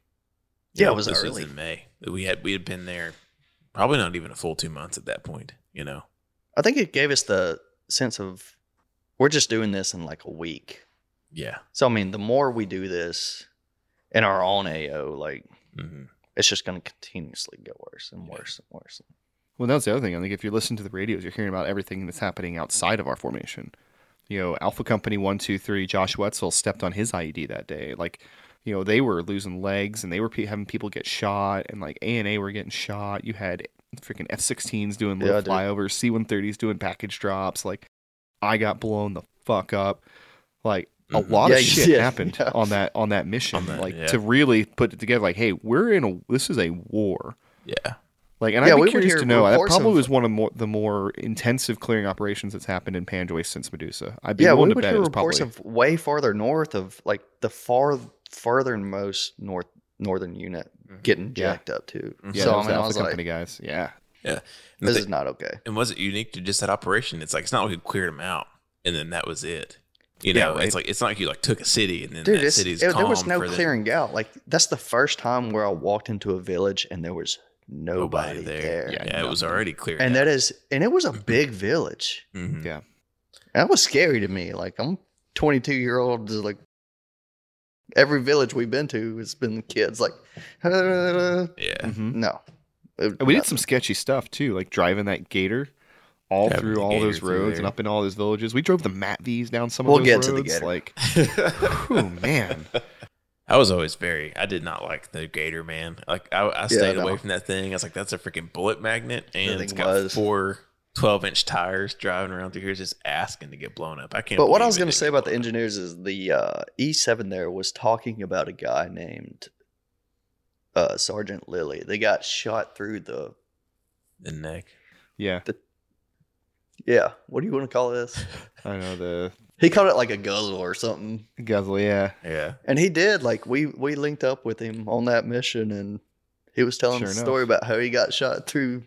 Yeah,
You know,
it was
this
early.
in May. We had we had been there probably not even a full two months at that point. You know,
I think it gave us the sense of we're just doing this in like a week.
yeah,
So I mean, the more we do this in our own AO, like
hmm
it's just going to continuously get worse and
Yeah.
worse and worse.
Well, that's the other thing. I think if you listen to the radios, you're hearing about everything that's happening outside of our formation. You know, Alpha Company One Two Three, Josh Wetzel stepped on his IED that day. Like, you know, they were losing legs and they were pe- having people get shot, and like A and A were getting shot. You had freaking F-16s doing
Yeah,
low
I did.
flyovers, C-130s doing package drops. Like, I got blown the fuck up. Like a
Mhm.
Mm-hmm.
lot
Yeah, *laughs*
of
you
shit
did.
happened
Yeah.
on that on that mission.
that,
like
yeah.
to really put it together. Like, hey, we're in a this is a war.
yeah.
Like, and
Yeah,
I'd be
we would
curious
hear
to know. That
reports
probably
of-
was one of more, the more intensive clearing operations that's happened in Panjoy since Medusa. I'd be
yeah,
willing
we
to
would
bet
hear
it was
reports
probably.
of way farther north of like the far farthermost north northern unit getting
Mm-hmm. Yeah. Mm-hmm.
jacked up too.
Mhm.
yeah,
so
that
I mean,
was the
I
Alpha
was
Company
like,
guys. Yeah,
And,
this
the-
is not okay.
and was it unique to just that operation? It's like it's not like we cleared them out and then that was it. You
Yeah,
know,
right.
it's like it's not like you like took a city and then
Dude,
that
it's,
city's
it-
calm
there was no
for the-
clearing out. Like that's the first time where I walked into a village and there was
nobody
nobody, there.
there.
Yeah,
Yeah, it was already cleared.
And
out.
that is, and
*clears throat*
it was a big village.
Mhm.
*laughs* And that was scary to me. Like I'm 22 year old. just Like every village we've been to has been kids. Like *laughs* uh,
yeah.
Mhm.
no, It-
and we did some sketchy stuff too, like driving that gator all
Driving
through
the
all
gator
those
through
roads and
there.
up in all those villages. We drove the Matvees down some
We'll
of those
get to
roads.
the gator. *laughs*
Like, oh man,
*laughs* I was always very. I did not like the Gator man. Like I, I stayed
no.
away from that thing. I was like, that's a freaking bullet magnet, and
thing
it's got
was.
four 12 inch tires driving around through here, just asking to get blown up. I can't.
But what I
believe
was
it
going to
didn't
say
get
about the
blown up.
engineers is the uh, E7 there was talking about a guy named uh, Sergeant Lilly. They got shot through the
the neck.
yeah,
yeah. What do you want to call this?
I know the
He called it like a guzzle or something,
guzzle. Yeah,
Yeah,
and he did. Like we we linked up with him on that mission, and he was telling
Sure
the
enough.
story about how he got shot through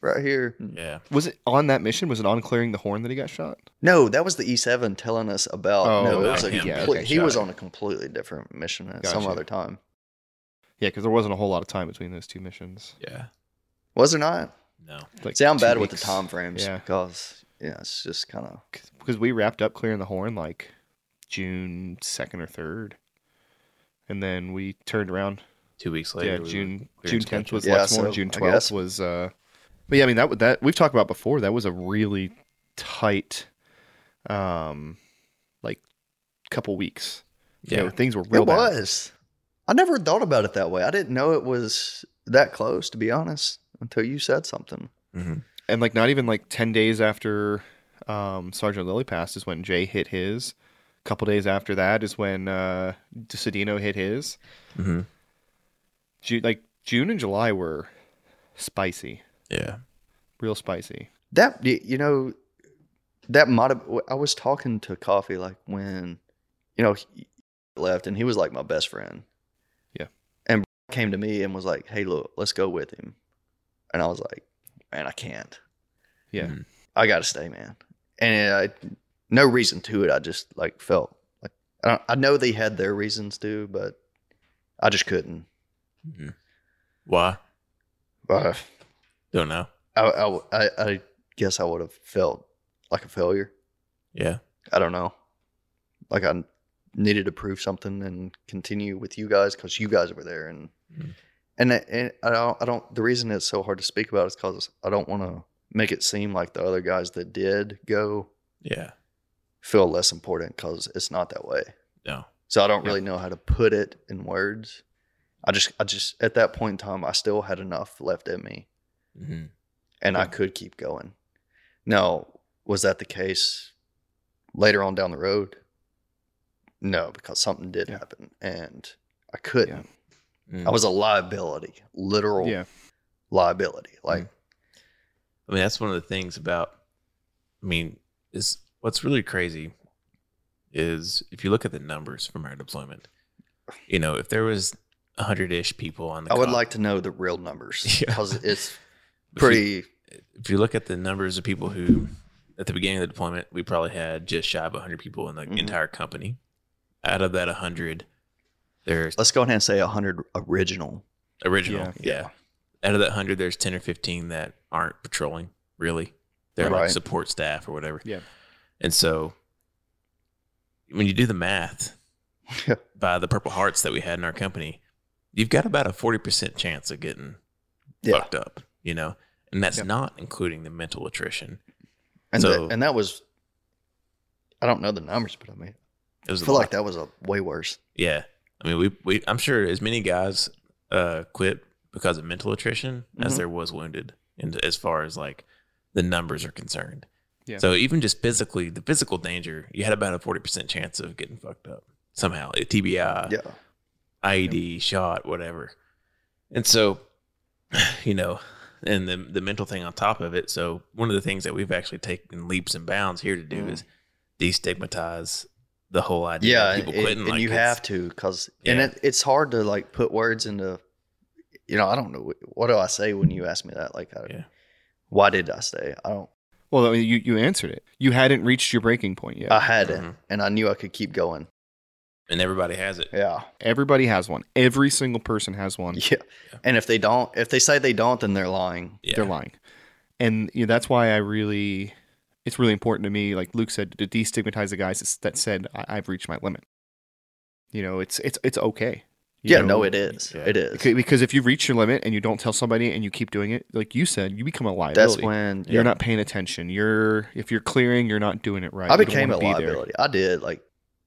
right here.
yeah.
was it on that mission? Was it on clearing the horn that he got shot?
No, that was the E7 telling us about.
Oh,
no, it
about
was a
him. Yeah,
complete,
okay,
he
got
was
it.
on a completely different mission at some
Gotcha.
other time.
Yeah, because there wasn't a whole lot of time between those two missions.
Yeah.
Was there not?
No.
Like
See, I'm
two
bad with the
weeks.
time frames
Yeah.
because yeah, it's just kind of
because we wrapped up clearing the horn like June second or third, and then we turned around.
Two weeks later,
yeah,
we were
June
clearing
June
sketches.
tenth was
Yeah,
Lexmore.
so
June
I guess-
twelfth was. uh But yeah, I mean that w- that we've talked about before. That was a really tight, um, like couple weeks. You
Yeah.
know, things were real
it
bad.
was. I never thought about it that way. I didn't know it was that close, to be honest, until you said something.
Mhm.
Mm-hmm.
and like not even like 10 days after um, sergeant lilly passed is when jay hit his a couple days after that is when uh Sedino hit his
Mm-hmm.
Mhm.
june, like june and july were spicy
Yeah.
real spicy
That y- you know, that might have. I was talking to Coffee like when, you know, he left, and he was like my best friend.
Yeah.
and came to me and was like, "Hey, look, let's go with him," and I was like, "Man, I can't.
yeah
Mhm.
I got to stay, man." And I, no reason to it. I just like felt like I, don't, I know they had their reasons to, but I just couldn't. Mm-hmm.
Mhm. Why?
Uh,
Don't know.
I, I, I, I guess I would have felt like a failure.
Yeah.
I don't know. Like I needed to prove something and continue with you guys because you guys were there and
Mm.
and I- and I don't I don't the reason it's so hard to speak about is because I don't want to make it seem like the other guys that did go
Yeah.
feel less important because it's not that way.
No.
So I don't
Yeah.
really know how to put it in words. I just I just at that point in time I still had enough left in me Mm-hmm.
Mhm.
and I could keep going. Now, was that the case later on down the road? No, because something did
Yeah.
happen and I couldn't.
Mm.
I was a liability, literal
yeah
liability.
Mm,
Like,
I mean, that's one of the things about. I mean, is what's really crazy is if you look at the numbers from our deployment. You know, if there was hundred ish people on the,
I would
cop-
like to know the real
*laughs*
numbers
Yeah.
because it's
if you-
pretty.
if you look at the numbers of people who at the beginning of the deployment we probably had just shy of 100 people in the
Mhm.
entire company out of that 100 there's
Let's go ahead and say 100 original.
original
Yeah.
yeah, out of that 100 there's 10 or 15 that aren't patrolling really they're like
Right.
support staff or whatever
Yeah.
and so when you do the math
Yeah.
by the purple hearts that we had in our company you've got about a 40% chance of getting
Yeah.
fucked up you know and that's
Yeah.
not including the mental attrition
And,
So-
that, and that was, I don't know the numbers, but I mean,
it was
I
a
feel
lot.
like that was a way worse.
Yeah. I mean, we, we I'm sure as many guys uh, quit because of mental attrition as
Mhm.
there was wounded, and as far as like the numbers are concerned.
Yeah.
So even just physically, the physical danger, you had about a forty percent chance of getting fucked up somehow. A TBI,
Yeah.
IED, E shot, whatever. And so, *sighs* you know, and the the mental thing on top of it. So one of the things that we've actually taken leaps and bounds here to do
Mm.
is destigmatize the whole idea.
yeah
of
and,
people
and-
quitting
and
like
you
it's-
have to because and
Yeah.
it, it's hard to like put words into you know i don't know what do i say when you ask me that like I,
Yeah.
why did i stay i don't
well I mean, you you answered it you hadn't reached your breaking point yet
i had it
Mhm.
and i knew i could keep going
and everybody has it.
yeah
everybody has one every single person has
Um,
one
*laughs* yeah and if they don't if they say they don't then they're lying
Yeah.
they're lying and you know, that's why i really it's really important to me like luke said to destigmatize the guys that's- that said I- i've reached my limit you know it's it's it's okay you
yeah
know?
no it is
yeah.
it is
Okay, because if you reach your limit and you don't tell somebody and you keep doing it like you said you become a liability
that's when
you're not paying attention you're if you're clearing you're not doing it right
i
You don't
became a
wanna be there.
liability i did like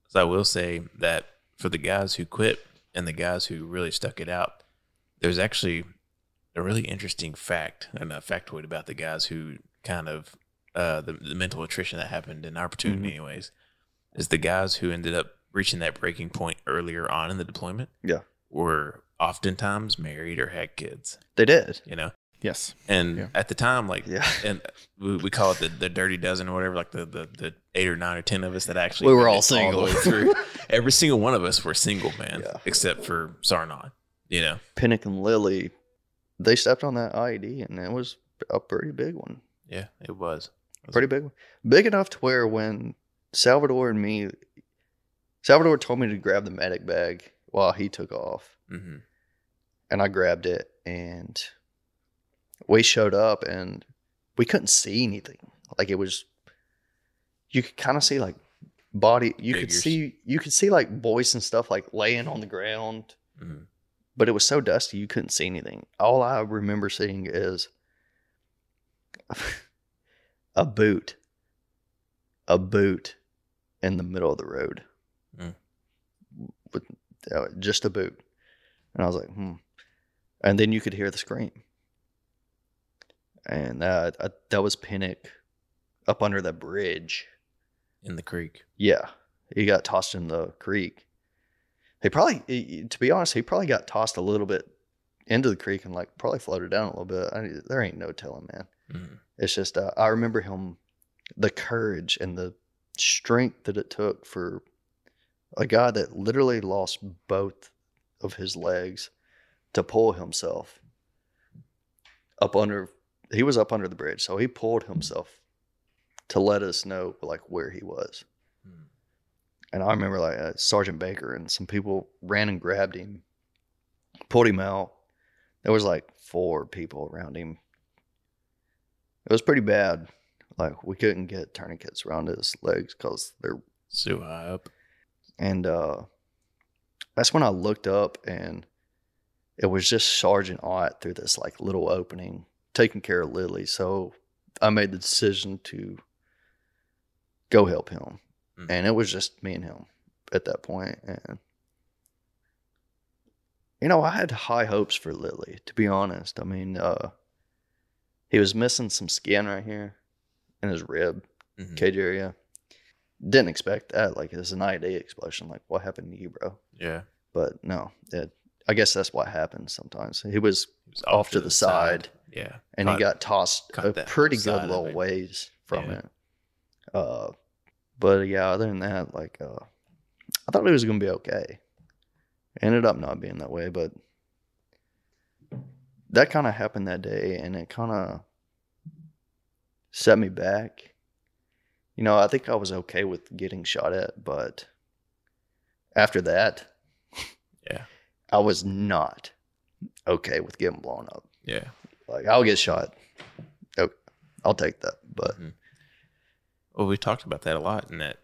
So I will say that for the guys who quit and the guys who really stuck it out, there's actually a really interesting fact and a factoid about the guys who kind of uh, the, the mental attrition that happened in our platoon,
Mhm.
anyways, is the guys who ended up reaching that breaking point earlier on in the deployment.
Yeah.
Were oftentimes married or had kids,
they did
you know?
yes
And
Yeah.
at the time, like, *laughs*
yeah
and we, we call it the, the dirty dozen or whatever, like the, the, the eight or nine or 10 of us that actually
we were
made
all
it the
single
way
*laughs*
through every single one of us were single, man,
Yeah.
except for Sarnon. You know,
pinnock and lily they stepped on that ied and it was a pretty big one
yeah, it was.
pretty big one. Big enough to where when Salvador and me, Salvador told me to grab the medic bag while he took off,
hmm
and I grabbed it, and we showed up, and we couldn't see anything. Like it was, you could kind of see like body you could
Figures.
see you could see like boys and stuff like laying on the ground
Mhm.
but it was so dusty you couldn't see anything all i remember seeing is *laughs* a boot a boot in the middle of the road
Mm.
with uh, just a boot and i was like hmm and then you could hear the scream and uh, I, that was pinnock up under the bridge
in the creek.
yeah, he got tossed in the creek. He probably, he- to be honest, he probably got tossed a little bit into the creek and like probably floated down a little bit. I, there ain't no telling, man.
Mhm.
It's just uh, I remember him, the courage and the strength that it took for a guy that literally lost both of his legs to pull himself up under. He was up under the bridge, so he pulled himself to let us know like where he was.
Mhm.
And I remember like uh, Sergeant Baker and some people ran and grabbed him, pulled him out. There was like four people around him. It was pretty bad. Like we couldn't get tourniquets around his legs because they're
So high up.
and uh, that's when I looked up and it was just Sergeant Ott through this like little opening taking care of Lily. So I made the decision to go help him,
Mm.
and it was just me and him at that point. And you know, I had high hopes for Lily. To be honest, I mean, uh, he was missing some skin right here in his rib
Mhm.
cage area. Didn't expect that. Like it's an IED explosion. Like what happened to you, bro?
Yeah.
But no, it, I guess that's what happens sometimes. He was
It was
off to the side.
Yeah.
and
Caught-
he got tossed
caught
a
that
pretty
side
good
of
little
it.
ways from
Yeah.
it. Uh, but yeah, other than that, like uh, I thought he was gonna be okay. Ended up not being that way, but that kind of happened that day, and it kind of set me back. You know, I think I was okay with getting shot at, but after that,
Yeah.
I was not okay with getting blown up
Yeah.
like I'll get shot. Oh, I'll take that. But
Well, we talked about that a lot, and that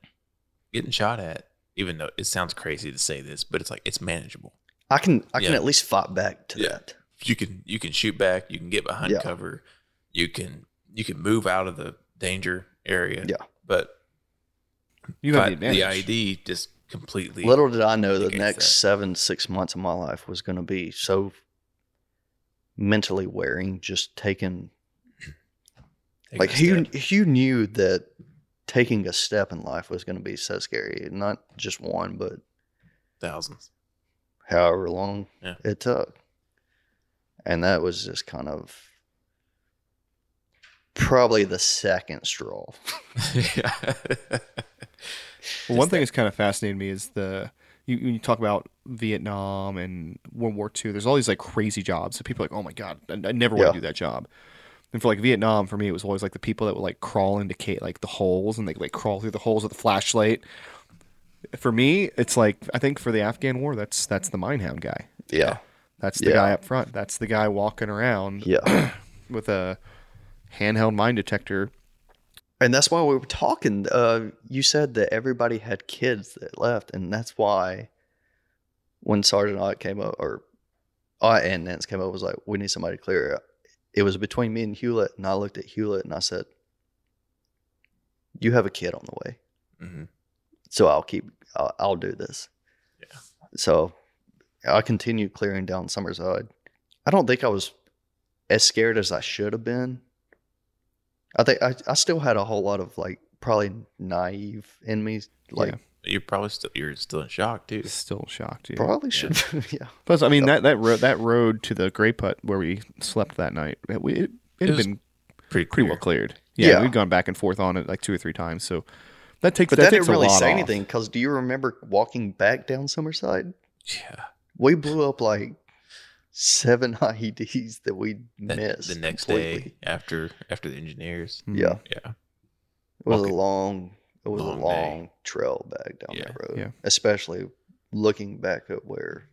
getting shot at, even though it sounds crazy to say this, but it's like it's manageable.
I can I can
Yeah.
at least fight back to
Yeah.
that.
You can you can shoot back. You can get behind
Yeah.
cover. You can you can move out of the danger area.
Yeah.
But
You have
but
the advantage.
ID just completely
Little did I know the
Against
next
that.
seven six months of my life was going to be so mentally wearing. Just taking
taking
like
a
Hugh
step.
Hugh knew that taking a step in life was going to be so scary. Not just one, but
thousands. *laughs*
however long
Yeah.
it took. And that was just kind of probably the second straw.
Well, one thing that's kind of fascinating to me is the you, when you talk about Vietnam and World War II. There's all these like crazy jobs that people are like, oh my god, I, I never want
Yeah.
to do that job. And for like Vietnam, for me, it was always like the people that would like crawl into ca- like the holes and they like crawl through the holes with a flashlight. For me, it's like I think for the Afghan War, that's that's the minehound guy.
Yeah.
That's the
Yeah.
guy up front. That's the guy walking around
Yeah.
with a handheld mine detector.
And that's why we were talking. Uh, you said that everybody had kids that left, and that's why when Sergeant Ott came up, or Ott and Nance came up, was like, "We need somebody to clear." It. out." it was between me and Hewlett, and I looked at Hewlett and I said, "You have a kid on the way,
Mhm.
so I'll keep. I'll, I'll do this."
Yeah.
So I continued clearing down Summerside. I don't think I was as scared as I should have been. I think I, I still had a whole lot of like probably naive in me. Like
Yeah.
You're probably still you're still in shock too.
Still shocked, dude.
probably should *laughs* have yeah.
Plus, I mean that that road that road to the Grey Putt where we slept that night, it, we- it, it had
was
been
Pretty
pretty
clear.
well cleared. Yeah,
Yeah.
we've gone back and forth on it like two or three times. So that takes
But
that,
that,
takes
didn't really
a lot
say
off.
anything because do you remember walking back down Summerside?
Yeah.
We blew up like seven *laughs* IEDs that we
That-
missed
the next
completely.
day after after the engineers.
Mhm.
Yeah,
Yeah.
it was
Walking-
a long, it was
Long
a
day.
long trail back down
Yeah.
that road,
Yeah.
especially looking back at where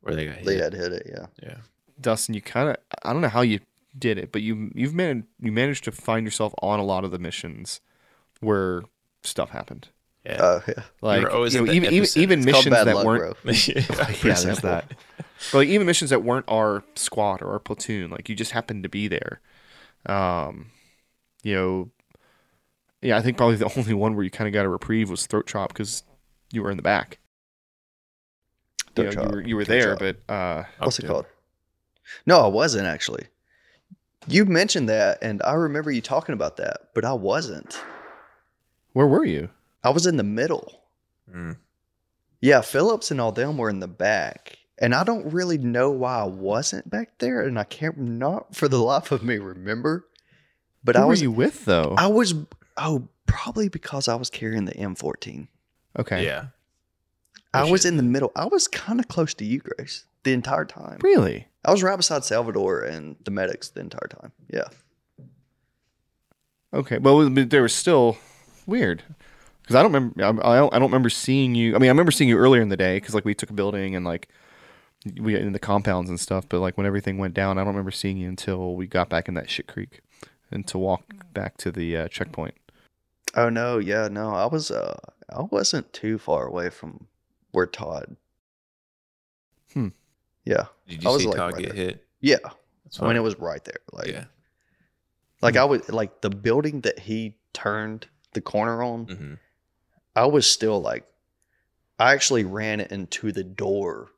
Where they got hit.
they had hit it. Yeah,
Dustin, you kind of I don't know how you did it, but you you've man you managed to find yourself on a lot of the missions where stuff happened.
Yeah.
Oh yeah.
Like
were always
you
at
know,
the
even even,
epicenter.
even
It's called
missions
bad
that
luck,
weren't
bro.
yeah, *laughs*
yeah, there's that. But like even missions that weren't our squad or our platoon, like you just happened to be there. Um, you know, yeah, I think probably the *laughs* only one where you kind of got a reprieve was throat chop because you were in the back. You,
Throat
know,
Chop,
you were you were
Throat
there,
Chop.
but uh,
What's it
Okay.
called? No, I wasn't actually. You mentioned that, and I remember you talking about that, but I wasn't.
where were you?
I was in the middle.
Mm.
Yeah, Phillips and all them were in the back, and I don't really know why I wasn't back there, and I can't not for the life of me remember. But
Who
I
were
was,
you with though?
I was, oh, probably because I was carrying the M14.
okay,
Yeah.
I
Which
was
is-
in the middle. I was kind of close to you, Grace, the entire time.
really?
I was right beside Salvador and the medics the entire time. Yeah.
Okay, well, but there was still weird because I don't remember. I I don't, I don't remember seeing you. I mean, I remember seeing you earlier in the day because like we took a building and like we in the compounds and stuff. But like when everything went down, I don't remember seeing you until we got back in that shit creek and to walk back to the uh, checkpoint.
Oh no, yeah, no. I was uh I wasn't too far away from where Todd.
Hmm.
Yeah.
Did
I
you
was,
see
like,
Todd
right
get
there.
hit?
Yeah.
That's
I mean it was right there. Like
yeah. Hmm.
like I was like the building that he turned the corner on,
hmm
I was still like I actually ran into the door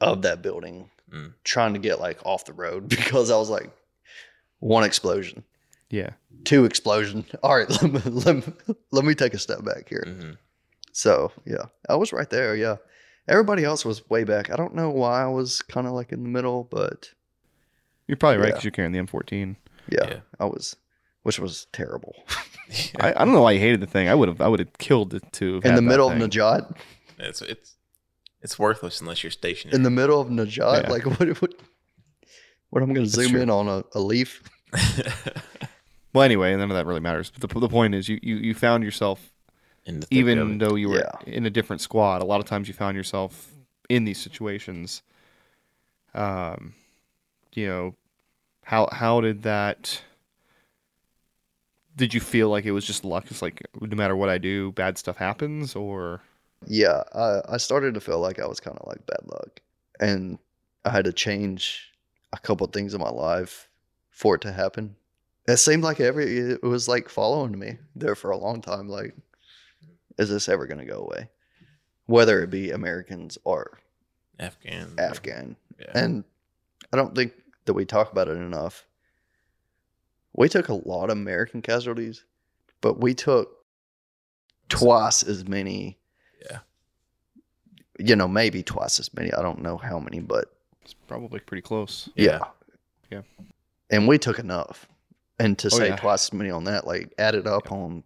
of that building
Mm.
trying to get like off the road *laughs* because I was like one explosion,
Yeah,
two explosion. *laughs* All right, let me, let me, let me take a step back here.
hmm
So yeah, I was right there. Yeah, everybody else was way back. I don't know why I was kind of like in the middle, but
you're probably right
Yeah.
because you're carrying the M14.
yeah,
Yeah.
I was, which was
*laughs*
terrible.
Mm-hmm.
I, I don't know why you hated the thing. I would have I would have killed it to have
in
had
the
that
middle of
thing.
Najat,
It's it's it's worthless unless you're stationary.
in the middle of Najat,
Yeah.
like *laughs* what? What? What? I'm gonna zoom
true.
in on a, a leaf.
Well, anyway, none of that really matters. But the, the point is, you, you you found yourself
*laughs* in the thick
even
of it.
though you were
um, Yeah.
in a different squad, a lot of times you found yourself in these situations. Um, you know, how how did that? Did you feel like it was just luck? It's like no matter what I do, bad stuff happens, or
Yeah, I, I started to feel like I was kind of like bad luck, and I had to change a couple things in my life for it to happen. It seemed like every it was like following me there for a long time. Like, is this ever gonna go away? Whether it be Americans or
Afghan.
Afghan,
Yeah.
Eh.
and I don't think that we talk about it enough. We took a lot of American casualties, but we took twice as many.
Yeah.
You know, maybe twice as many. I don't know how many, but
it's probably pretty close.
yeah.
Yeah.
Yeah.
And we took enough. And to
Oh,
say
yeah.
twice as many on that, like added up on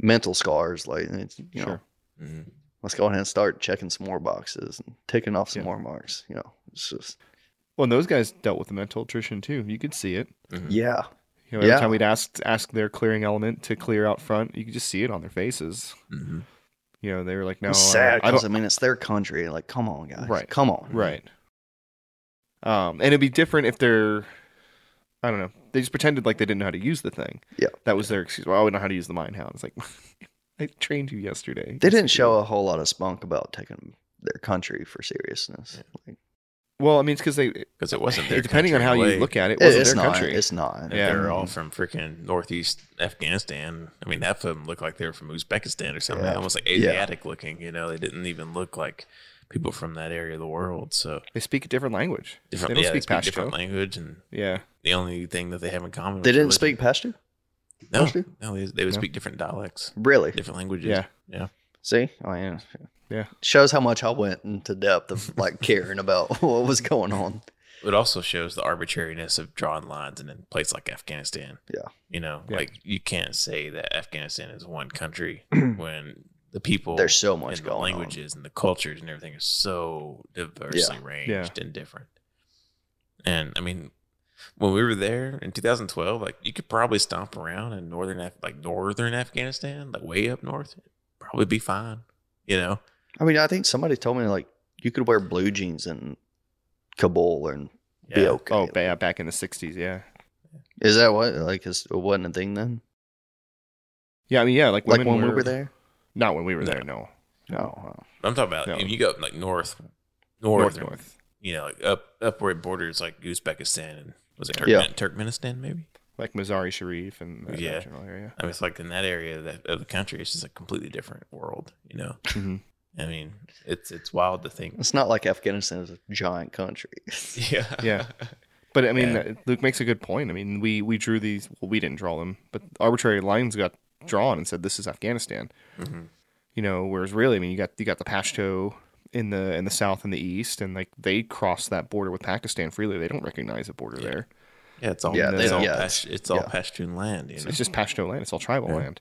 mental scars, like it's, you know,
Sure.
hmm
let's go ahead and start checking some more boxes and ticking off some
Yeah.
more marks. You know, it's just
Well, and those guys dealt with the mental attrition too. You could see it.
Mm-hmm.
yeah.
You know, every
Yeah.
time we'd ask ask their clearing element to clear out front, you could just see it on their faces.
hmm
You know, they were like, "No, I-
it's sad
I don't,
because I, mean it's their country. Like, come on, guys,
Right.
Come on,
Right. Um, and it'd be different if they're, I don't know, they just pretended like they didn't know how to use the thing.
Yeah.
That was their excuse. Well, I wouldn't know how to use the mine hound. It's like, *laughs* I trained you yesterday.
They didn't show a whole lot of spunk about taking their country for seriousness. Like,
Well, I mean, it's because they,
Because it wasn't their
*laughs* depending on how
country in a
you
way.
look at it, it
it-
wasn't
it's
their
not.
country.
It's not.
Yeah. Mm-hmm.
They're all from freaking northeast Afghanistan. I mean, half of them look like they were from Uzbekistan or something,
Yeah.
almost like
Yeah.
Asiatic looking. You know, they didn't even look like people from that area of the world. So
They speak a different language.
different,
they don't
yeah,
speak Pashto.
different language, and
Yeah.
the only thing that they have in common.
They
was
didn't
religion.
speak Pashto.
No,
Pashto?
no, they, they would
No.
speak different dialects,
Really?
different languages.
Yeah.
See, I mean,
Yeah.
Shows how much I went into depth of like caring about *laughs* what was going on.
It also shows the arbitrariness of drawing lines in a place like Afghanistan.
Yeah.
You know,
Yeah.
like you can't say that Afghanistan is one
*clears throat*
country when the people
There's so much
and the
going
languages and the cultures and everything are so diversely ranged
Yeah.
and different. And I mean, when we were there in 2012, like you could probably stomp around in northern Af- like northern Afghanistan, like way up north, probably be fine. You know,
on. I mean, I think somebody told me like you could wear blue jeans in Kabul and be
Yeah.
okay.
Oh, ba- yeah, back in the 60s. Yeah.
Is that what like is, it wasn't a thing then?
Yeah, I mean, yeah, like
Like
women
when we were there? Oh.
Not when we were
No.
there. No.
No. huh.
I'm talking about
No.
if you go up like north, north,
North,
or,
north.
you know, like up upward borders like Uzbekistan and was it Turkmen-
Yeah.
Turkmenistan maybe?
Like Mazari Sharif and that
Yeah.
general area.
I mean, it's like in that area of the, of the country, it's just a completely different world, you know.
Mhm.
I mean, it's it's wild to
*laughs*
think.
It's not like Afghanistan is a giant country. *laughs*
Yeah,
Yeah. *laughs* But I mean, uh,
Yeah.
Luke makes a good point. I mean, we we drew these. Well, we didn't draw them, but arbitrary lines got drawn and said this is Afghanistan.
hmm
You know, whereas really, I mean, you got you got the Pashto in the in the south and the east, and like they cross that border with Pakistan freely. They don't recognize a border
Yeah.
there.
yeah. It's all
Yeah,
it's
they-
all
yeah,
past, it's all
yeah.
Pashtun land, you know.
It's just Pashto land. It's all tribal
Yeah.
land.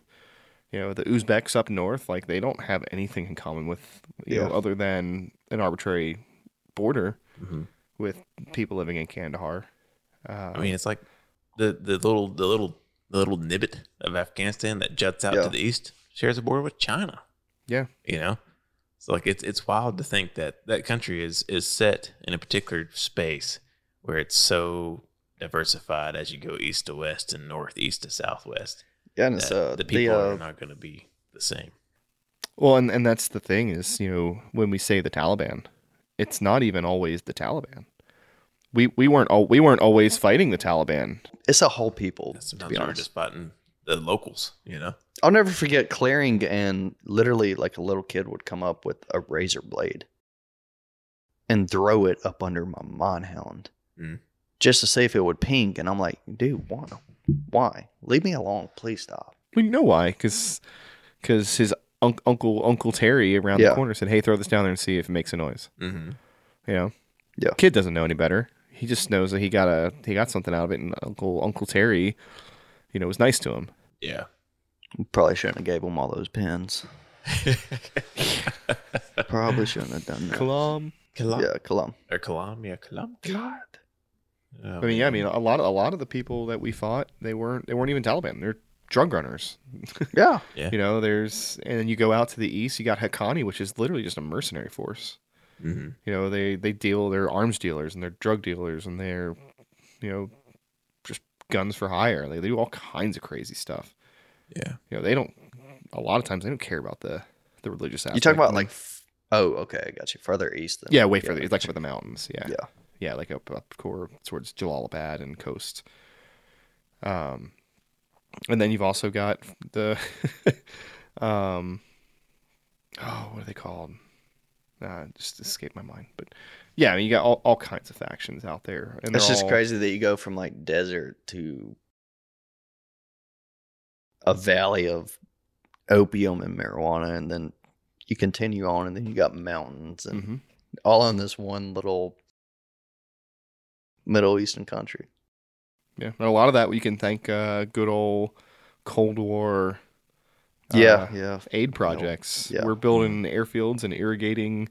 You know, the Uzbeks up north, like they don't have anything in common with you know
Yeah.
other than an arbitrary border
Mhm.
with people living in Kandahar. Uh,
I mean, it's like the the little the little the little nibbit of Afghanistan that juts out
Yeah.
to the east shares a border with China.
Yeah.
you know, so like it's it's wild to think that that country is is set in a particular space where it's so diversified as you go east to west and northeast to southwest.
Yeah, and
That
it's uh,
the people
uh,
are not going to be the same.
Well, and, and that's the thing is, you know, when we say the Taliban, it's not even always the Taliban. We we weren't all we weren't always fighting the Taliban.
it's a whole people. to
Sometimes
be
we're
honest,
just fighting the locals, you know.
I'll never forget clearing, and literally, like a little kid would come up with a razor blade and throw it up under my Monhound
Mm.
just to see if it would pink. And I'm like, dude, why? Why? Leave me alone, please stop.
Well, you know why? Because his unc uncle Uncle Terry around
Yeah.
the corner said, "Hey, throw this down there and see if it makes a noise."
Mm-hmm.
You know,
Yeah.
Kid doesn't know any better. He just knows that he got a he got something out of it, and Uncle Uncle Terry, you know, was nice to him.
Yeah. *laughs*
Probably shouldn't have gave him all those pins. Probably shouldn't
*laughs*
have done that.
Kalam.
Kalam
Yeah, Kalam.
or Kalam, yeah, Kalam.
God.
I mean, yeah, I mean, a lot of a lot of the people that we fought, they weren't they weren't even Taliban. They're drug runners.
Yeah.
*laughs* You know, there's and then you go out to the east, you got Hakani, which is literally just a mercenary force.
mm-hmm.
You know, they they deal they're arms dealers and they're drug dealers and they're you know just guns for hire. They do all kinds of crazy stuff.
yeah.
You know, they don't a lot of times they don't care about the the religious aspect.
You talking about
And
like? f- Oh, okay, I got you. Further east. Than
yeah, way further. It's like for the mountains. Yeah.
Yeah.
Yeah, like up up core towards Jalalabad and coast. Um and then you've also got the *laughs* um oh, what are they called? Uh, just escaped my mind. But yeah, I mean you got all, all kinds of factions out there. And
It's
they're
just
all-
crazy that you go from like desert to a valley of opium and marijuana, and then you continue on, and then you got mountains, and
Mhm.
all in this one little Middle Eastern country.
Yeah. And a lot of that we can thank uh good old Cold War uh,
yeah, yeah.
aid projects.
Yeah.
We're building airfields and irrigating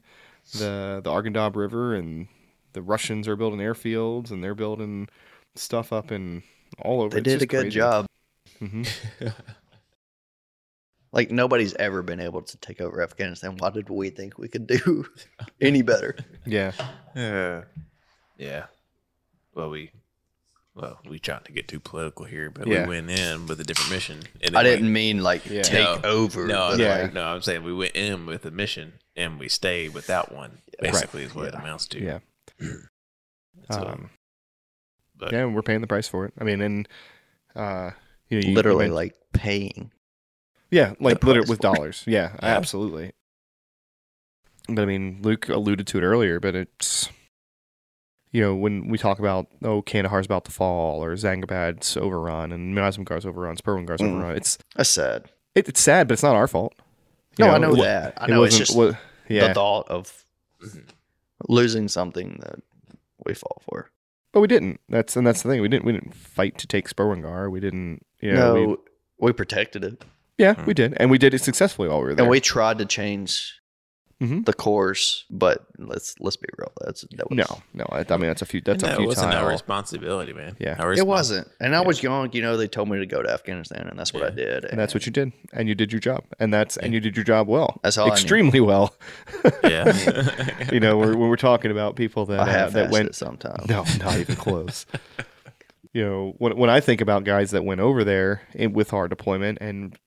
the the Argandab River, and the Russians are building airfields, and they're building stuff up in all over.
They
It's
did
just
a good
crazy.
job.
Mhm.
*laughs*
*laughs*
Like nobody's ever been able to take over Afghanistan. Why did we think we could do *laughs*
*laughs*
any better?
Yeah,
Yeah. Yeah. Well, we well we tried to get too political here, but
Yeah.
we went in with a different mission. And
I
it
didn't mean like
Yeah.
take
No.
over.
Went, no,
but,
Yeah.
yeah. no. I'm saying we went in with a mission and we stayed without one.
Right.
Basically, is what it
Yeah.
amounts to.
yeah,
*clears throat* So,
um,
but-
yeah. and We're paying the price for it. I mean, and uh, you know, you-
like,
you
literally
men-
like paying.
yeah, like literally
price
with
for it.
dollars.
*laughs*
Yeah,
Yeah.
absolutely. But I mean, Luke alluded to it earlier, but it's you know when we talk about oh Kandahar's about to fall or Zangabad's overrun and Mazimgar's overrun, Spurwangar's
Mm.
overrun, it's
That's sad.
It, it's sad, but it's not our fault. You
no, I know
it-
that. I
it
know it's
wasn't-
just
wa- yeah,
the thought of
Mhm.
losing something that we fall for.
but we didn't. That's and that's the thing. We didn't. We didn't fight to take Spurwangar. We didn't. You know,
no,
we,
we, protected it,
yeah,
Hmm.
we did, and we did it successfully while we were there.
and we tried to change
Mhm.
the course. But let's let's be real. That's that was,
no, no. I, I mean, that's a few. That's
and
a
that
few
wasn't our
times.
responsibility, man.
Yeah.
Our
it
respons-
wasn't. And I
Yeah.
was young. You know, they told me to go to Afghanistan, and that's what I did.
And that's what you did, and you did your job, and that's and you did your job well.
That's all I knew.
extremely well. *laughs*
Yeah.
You know, we're, when we're talking about people that
I
uh,
have
that went
sometimes.
No, not even close. *laughs* you know, when when I think about guys that went over there in, with our deployment and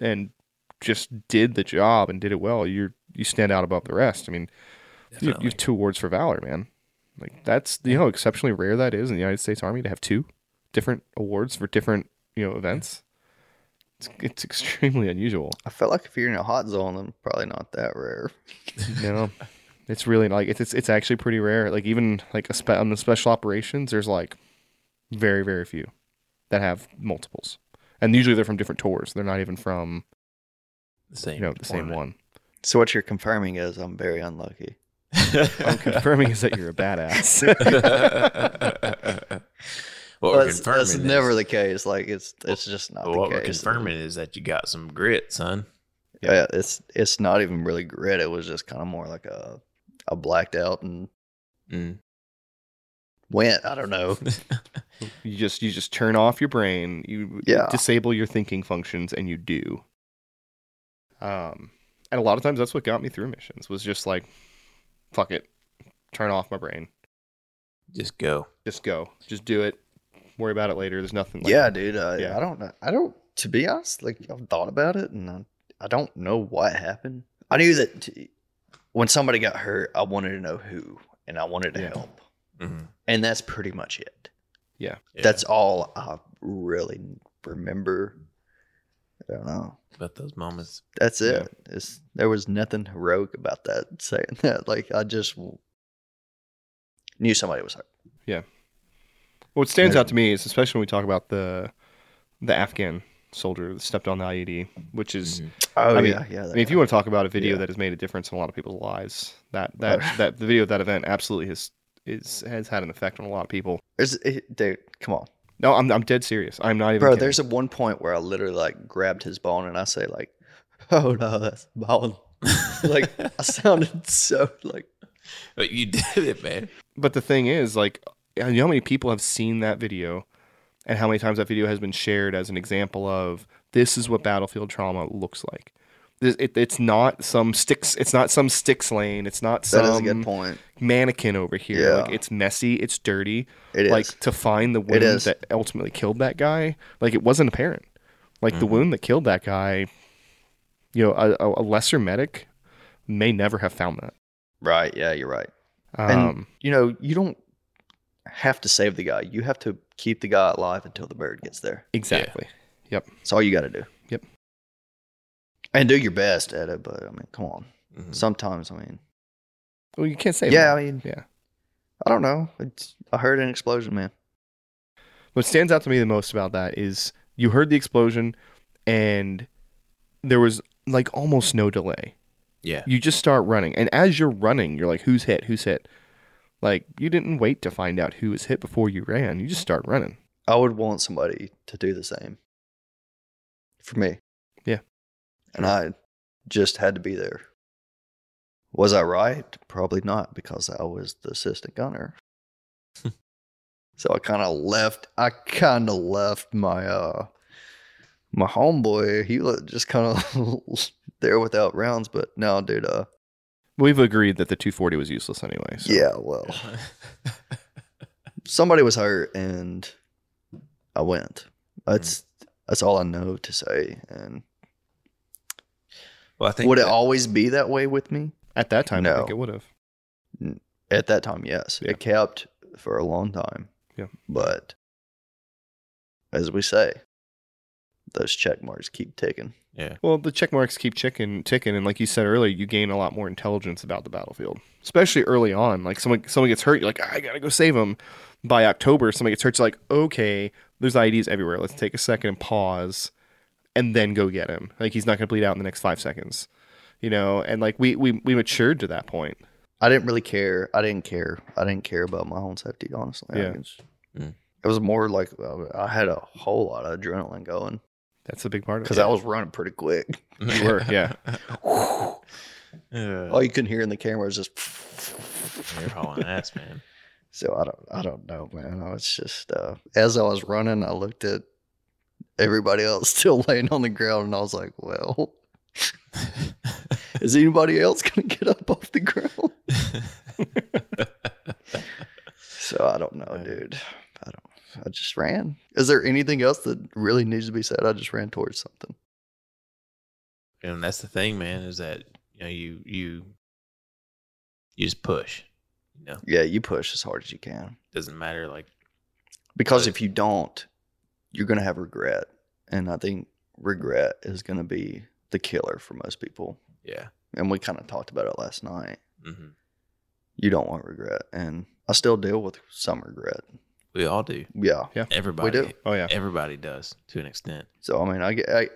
and just did the job and did it well, you're you stand out above the rest. I mean, you, you
Definitely.
have two awards for valor, man. Like that's you know how exceptionally rare that is in the United States Army to have two different awards for different you know events. It's, it's extremely unusual.
I felt like if you're in a hot zone, then probably not that rare.
You know, it's really like it's, it's it's actually pretty rare. Like even like a spe- on the special operations, there's like very very few that have multiples, and usually they're from different tours. They're not even from
The same.
you know the
*laughs*
same
deployment.
one.
So what you're confirming is I'm very unlucky.
*laughs*
I'm confirming is that you're a badass.
what
Well,
we're
that's,
confirming
that's
is,
never the case. Like it's it's just not
what
the
we're
case.
confirming is that you got some grit, son.
Yeah. it's it's not even really grit. It was just kind of more like a I blacked out and
Mm.
went. I don't know.
you just you just turn off your brain you
Yeah.
disable your thinking functions and you do um and a lot of times that's what got me through missions was just like fuck it turn off my brain
*laughs* Just go.
just go just do it worry about it later there's nothing like
yeah, dude. I,
yeah.
I don't know. I don't. To be honest, like I've thought about it, and I, I don't know what happened. I knew that t- when somebody got hurt, I wanted to know who, and I wanted to
Yeah.
help,
Mhm.
and that's pretty much it.
Yeah.
That's all I really remember. I don't know.
about those moments.
That's
Yeah.
it. It's, there was nothing heroic about that saying *laughs* that. Like I just w- knew somebody was hurt.
what stands out to me is especially when we talk about the the afghan soldier that stepped on the ied which is
Mm-hmm.
Oh
I mean-
yeah.
I mean, if you want to talk about a video
Yeah.
that has made a difference in a lot of people's lives, that
*laughs*
that that the video of that event absolutely has is has had an effect on a lot of people.
there's, it, dude, come on.
No, I'm I'm dead serious. I'm not even.
Bro,
kidding.
there's a one point where I literally like grabbed his bone and I say like, *laughs* "Oh no, that's bone." *laughs* like
*laughs*
I sounded so like
But you *laughs* did it, man.
But the thing is, like, uh, you know how many people have seen that video, and how many times that video has been shared as an example of this is what battlefield trauma looks like. This- it- it's not some sticks. It's not some sticks lane. It's not
that
some
is a good point.
mannequin over here. Like
Yeah.
it's messy. It's dirty.
It is
like to find the wound
is.
that ultimately killed that guy like it wasn't apparent like the
Mhm.
wound that killed that guy you know a, a- a lesser medic may never have found that
right. Yeah, you're right. And-
um
You know, you don't have to save the guy. You have to keep the guy alive until the bird gets there.
exactly
That's all you got to do.
Yep.
And do your best at it, but I mean, come on.
Mm-hmm.
Mhm.
Sometimes, I mean,
well you can't say
yeah,
that.
I mean,
yeah.
I don't know. It's, I heard an explosion, man.
what stands out to me the most about that is you heard the explosion and there was like almost no delay
*laughs*
Yeah.
you just start running and as you're running you're like who's hit who's hit like you didn't wait to find out who was hit before you ran you just start running
I would want somebody to do the same for me.
Yeah.
And I just had to be there. Was I right? Probably not because I was the assistant gunner.
*laughs*
so I kind of left I kind of left my uh my homeboy, he was just kind of *laughs* there without rounds, but no, dude, uh,
We've agreed that the 240 was useless anyway. So.
yeah,
*laughs*
well, somebody was hurt and I went.
Hmm.
That's that's all I know to say. And
Well, I think
would it
that-
always be that way with me?
At that time, I think
No.
it would have.
At that time, yes.
Yeah.
It kept for a long time.
Yeah.
But as we say, those check marks keep ticking.
Yeah.
Well, the check marks keep chicken ticking, and like you said earlier, you gain a lot more intelligence about the battlefield, especially early on. Like someone, someone gets hurt, you're like, "Ah, I gotta go save them. By October, somebody gets hurt, you're like, okay, there's IEDs everywhere. Let's take a second and pause, and then go get him. Like he's not gonna bleed out in the next five seconds, you know. And like we we we matured to that point.
I didn't really care. I didn't care. I didn't care about my own safety, honestly. I
Yeah.
just-
Mm.
It was more like uh, I had a whole lot of adrenaline going
That's a big part of it.
because I was running pretty quick.
*laughs* You were,
*laughs*
yeah.
Uh,
All you couldn't hear in the camera was just.
you're hauling ass,
*laughs*
man.
So I don't, I don't know, man. I was just uh, as I was running, I looked at everybody else *laughs* still laying on the ground, and I was like, "Well, *laughs* is anybody else gonna get up off the ground?" So I don't know,
Yeah.
dude. I don't. I just ran. Is there anything else that really needs to be said? I just ran towards something.
And that's the thing, man, is that you know you you you just push. You know,
Yeah, you push as hard as you can
doesn't matter. Like
because if you don't, you're gonna have regret, and I think regret is gonna be the killer for most people.
yeah,
And we kind of talked about it last night.
hmm
You don't want regret, and I still deal with some regret.
we all do.
Yeah.
Everybody,
do. *laughs*
Oh yeah.
everybody does to an extent.
So I mean, I, gue- I,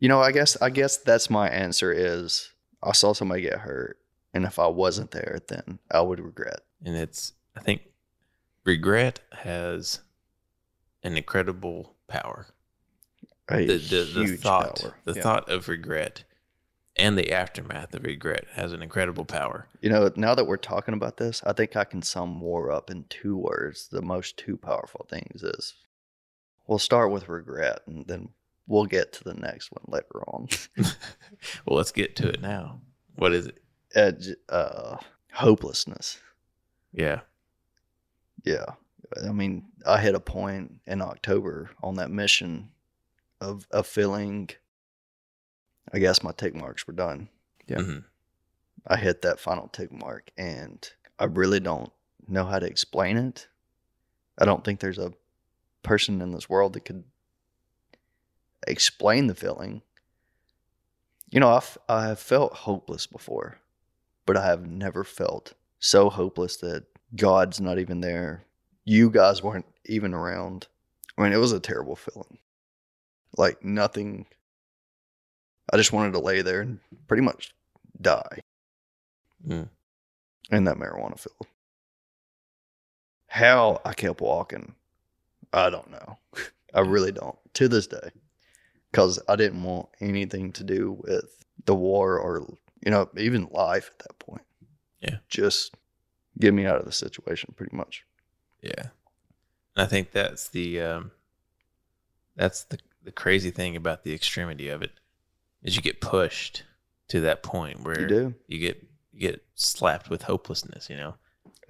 you know, I guess I guess that's my answer is I saw somebody get hurt, and if I wasn't there, then I would regret.
and it's I think regret has an incredible power.
A
The the, the
huge
thought
power.
the
Yeah.
thought of regret and the aftermath of regret has an incredible power. *laughs*
You know, now that we're talking about this, I think I can sum war up in two words. The most two powerful things is we'll start with regret, and then we'll get to the next one later on. *laughs*
Well, let's get to it now. What is it?
Edge, uh, hopelessness.
Yeah.
Yeah. I mean, I hit a point in October on that mission of of feeling I guess my tick marks were done.
Yeah.
Mhm.
I hit that final tick mark and I really don't know how to explain it. I don't think there's a person in this world that could explain the feeling. You know, I've, I have felt hopeless before, but I have never felt so hopeless that God's not even there. You guys weren't even around. I mean, it was a terrible feeling. Like nothing. I just wanted to lay there and pretty much die
Mm.
in that marijuana field. How I kept walking, I don't know. I really don't to this day because I didn't want anything to do with the war or, you know, even life at that point.
Yeah.
Just get me out of the situation pretty much.
Yeah. And I think that's the um, that's the the crazy thing about the extremity of it is you get pushed to that point where
You do.
you get you get slapped with hopelessness, you know.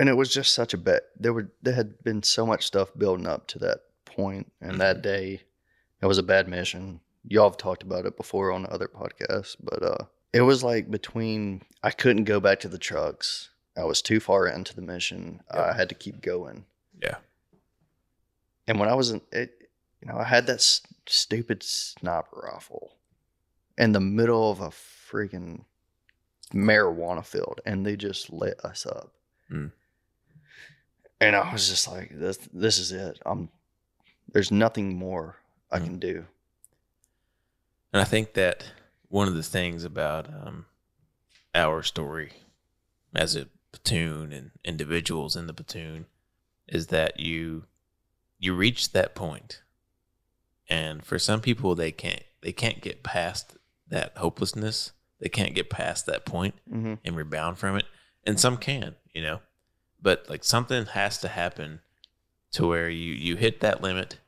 and it was just such a bet. There were there had been so much stuff building up to that point, and that day, it was a bad mission. Y'all have talked about it before on other podcasts, but uh, it was like between I couldn't go back to the trucks. I was too far into the mission. I had to keep going.
Yeah.
And when I was in it, you know, I had that s- stupid sniper rifle in the middle of a freaking marijuana field, and they just lit us up.
Mm.
And I was just like, this, this is it. I'm, there's nothing more I
Mm.
can do.
And I think that one of the things about um, our story as a platoon and individuals in the platoon is that you you reach that point. And for some people they can't they can't get past that hopelessness. They can't get past that point
Mm-hmm.
and rebound from it. And some can, you know. But like something has to happen to where you you hit that limit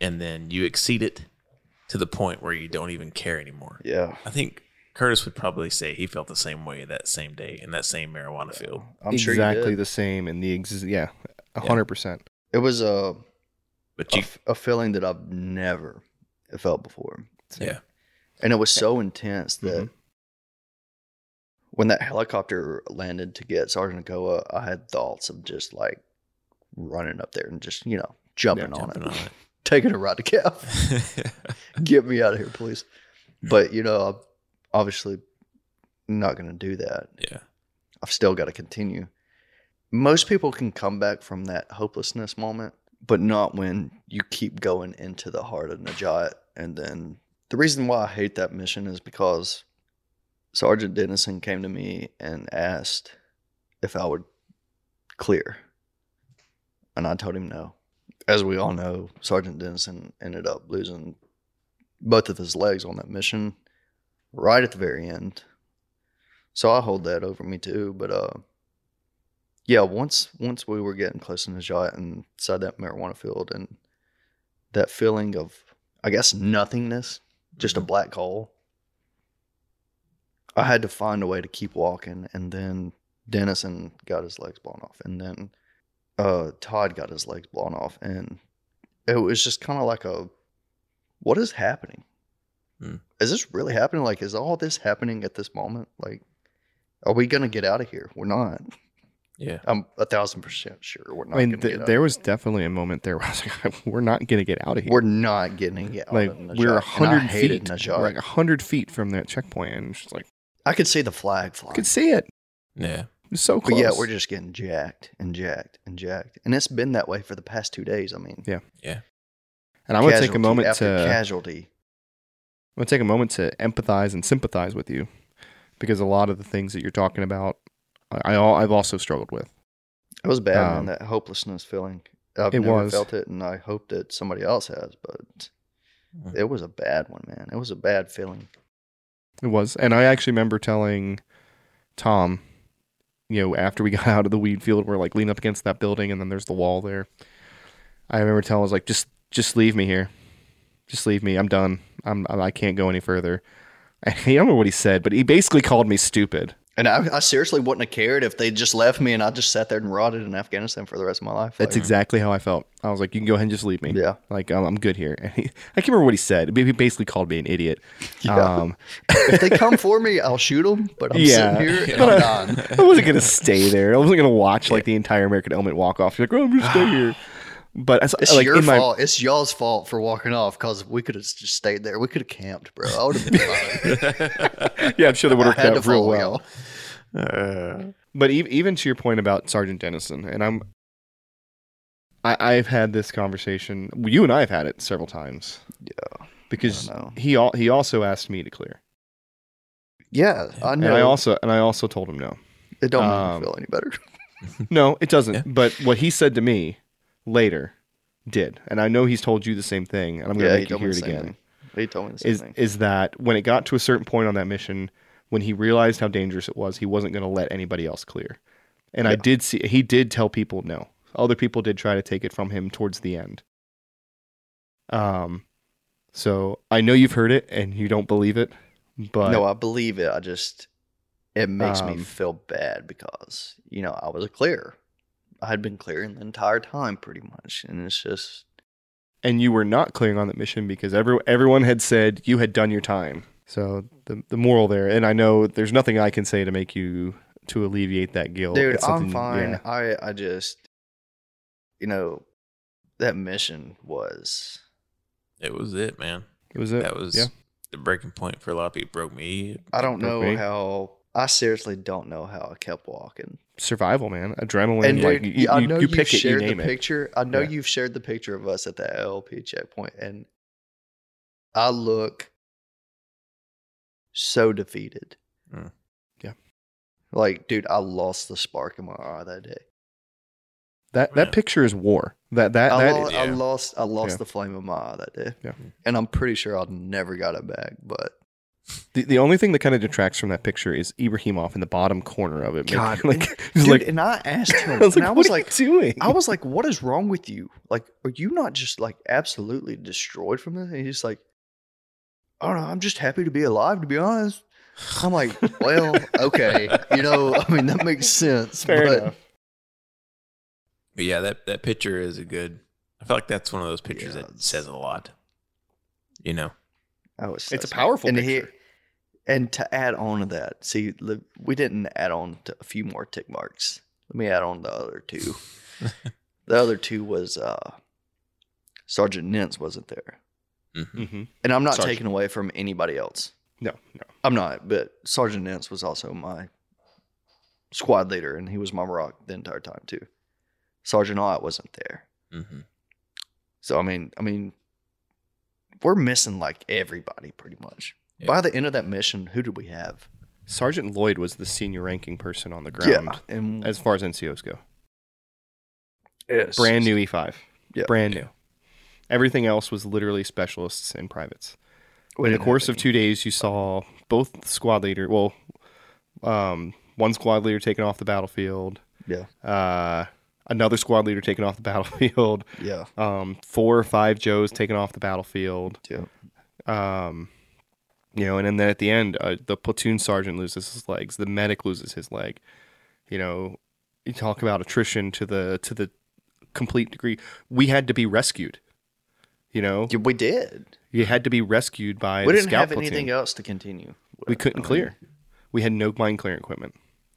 and then you exceed it to the point where you don't even care anymore.
Yeah.
I think Curtis would probably say he felt the same way that same day in that same marijuana field.
I'm sure you
exactly
did.
the same in the ex- yeah, a hundred percent.
it was uh, a,
But
a
Oh,
you
f- a feeling that I've never felt before.
Same.
yeah.
And it was so intense that when that helicopter landed to get Sergeant Akoa, I had thoughts of just like running up there and just, you know, jumping, on,
jumping
it,
on
*laughs* taking a ride to Cap.
*laughs*
it.
*laughs*
*laughs*
Get me out of here, please. But, you know, I'm obviously not going to do that.
yeah.
I've still got to continue. Most people can come back from that hopelessness moment, but not when you keep going into the heart of Najat. And then the reason why I hate that mission is because Sergeant Dennison came to me and asked if I would clear. And I told him no. As we all know, Sergeant Dennison ended up losing both of his legs on that mission right at the very end. So I hold that over me too. But uh, yeah, once once we were getting close to Najat and inside that marijuana field, and that feeling of I guess nothingness, just a black hole. I had to find a way to keep walking, and then Dennison got his legs blown off, and then uh, Todd got his legs blown off, and it was just kind of like a, what is happening?
Hmm.
Is this really happening? Like, is all this happening at this moment? Like, are we gonna get out of here? We're not.
Yeah.
I'm a thousand percent sure we're not.
I mean,
gonna
th-
get out.
there was definitely a moment there where I was like, *laughs* we're not going to get out of here.
We're not getting out.
like,
of Najaf, and
we're a
I
100
hated
feet.
Najaf.
We're like 100 feet from that checkpoint. And she's like,
I could see the flag
I
flying.
could see it.
Yeah.
It's so
But
close.
yeah, we're just getting jacked and jacked and jacked, and it's been that way for the past two days. I mean,
Yeah, and I want to take a
casualty
moment
after
to.
casualty.
I want to take a moment to empathize and sympathize with you because a lot of the things that you're talking about, I, I, have also struggled with.
It was bad, man.
Um,
That hopelessness feeling. I've
it
never
was.
felt it, and I hope that somebody else has. But
Mhm.
it was a bad one, man. It was a bad feeling.
It was. And I actually remember telling Tom, you know, after we *laughs* got out of the weed field, we're like leaning up against that building and then there's the wall there. I remember telling, I was like, just, just leave me here. Just leave me. I'm done. I'm, I I can't go any further. *laughs* I don't remember what he said, but he basically called me stupid.
And I, I seriously wouldn't have cared if they just left me and I just sat there and rotted in Afghanistan for the rest of my life.
That's
Like,
exactly how I felt. I was like, you can go ahead and just leave me.
Yeah.
Like, um, I'm good here. *laughs* And he, I can't remember what he said. He basically called me an idiot.
*laughs* Yeah.
Um,
if they come for me, I'll shoot them. But I'm
*laughs*
Yeah.
sitting here and
But
I'm
I- *laughs*
dying.
I wasn't gonna stay there. I wasn't gonna watch like the entire American Element walk off. You're like, oh, I'm gonna stay
*sighs*
here. But as,
It's
like
your
in my,
fault. It's y'all's fault for walking off because we could have just stayed there. We could have camped, bro. I would
*laughs*
have been fine.
yeah, I'm sure that would
I
work
had to
out real
follow
well.
y'all.
Uh,
But ev- even to your point about Sergeant Dennison, and I'm, I, I've had this conversation. You and I have had it several times.
Yeah.
Because
I know.
he al- he also asked me to clear,
Yeah, I
and
know.
I also and I also told him no.
it don't
um,
make me feel any better.
No, it doesn't.
Yeah.
But what he said to me later did, and I know he's told you the same thing, and I'm gonna
yeah,
make you
told me
hear
the
it
same
again.
thing. He told me the same
is
thing.
is that when it got to a certain point on that mission, when he realized how dangerous it was, he wasn't going to let anybody else clear. And I
Yeah.
did see he did tell people no. Other people did try to take it from him towards the end. Um, so I know you've heard it and you don't believe it, but
no, I believe it. I just it makes
Um,
me feel bad because you know I was a clear. I had been clearing the entire time, pretty much, and it's just
and you were not clearing on that mission because every, everyone had said you had done your time. So the the moral there, and I know there's nothing I can say to make you to alleviate that guilt,
dude
It's
i'm
something-
fine
yeah.
i i just you know that mission was
*laughs* it was it, man.
It was it.
That was
yeah.
the breaking point for a lot of people. Broke me.
i don't
Broke
know
me.
how i seriously don't know how i kept walking
survival, man. Adrenaline.
and
like,
dude
you,
i
you-
know
you
you've
pick it, you
shared
name
the
it.
picture i know
Yeah.
you've shared the picture of us at the lp checkpoint and i look so defeated
Mm.
Yeah.
like dude i lost the spark in my eye that day
That that
Yeah.
picture is war. That that
I,
that.
lo- I
Yeah.
lost I lost
Yeah.
the flame of my eye that day.
Yeah.
And I'm pretty sure I never got it back, but
the, the only thing that kind of detracts from that picture is Ibrahimov in the bottom corner of it. making-
God,
*laughs* like, he's
dude,
like,
and I
*laughs*
asked
I
him
was
and
like,
I
what
was
are
like
you doing? *laughs*
I was like, what is wrong with you? Like, are you not just like absolutely destroyed from this? And he's like, I don't know, I'm just happy to be alive, to be honest. I'm like,
*laughs*
well, okay. You know, I mean that makes sense.
Fair
but
enough.
But yeah, that that picture is a good. I feel like that's one of those pictures
Yeah,
that
it's-
says a lot. You know.
I was so
It's a
sad.
powerful
and
picture.
and to add on to that, see, li- we didn't add on to a few more tick marks. Let me add on the other
*laughs*
two. the other two was uh, Sergeant Nintz wasn't there,
Mm-hmm,
hmm
and I'm not
Sergeant.
taking away from anybody else.
No, no.
I'm not, but Sergeant Nintz was also my squad leader, and he was my rock the entire time too. Sergeant Ott wasn't there,
Mm-hmm.
so I mean, I mean, we're missing like everybody pretty much.
Yeah.
By the end of that mission, who did we have?
Sergeant Lloyd was the senior ranking person on the ground
Yeah, and
as far as NCOs go.
Yes.
Brand new E5.
Yeah.
Brand new. Everything else was literally specialists and privates.
We
in the
didn't
course
have
of two days, you saw both squad leader, well, um, one squad leader taken off the battlefield,
Yeah.
uh, another squad leader taken off the *laughs* battlefield,
Yeah.
um, four or five Joes taken off the battlefield,
Yeah.
um, you know, and then at the end, uh, the platoon sergeant loses his legs, the medic loses his leg, you know, you talk about attrition to the to the complete degree. We had to be rescued, you know,
Yeah, We did.
You had to be rescued by
we
the
didn't
scout
have
platoon.
anything else to continue.
we
with.
couldn't
I mean,
clear. We had no mine clearing equipment.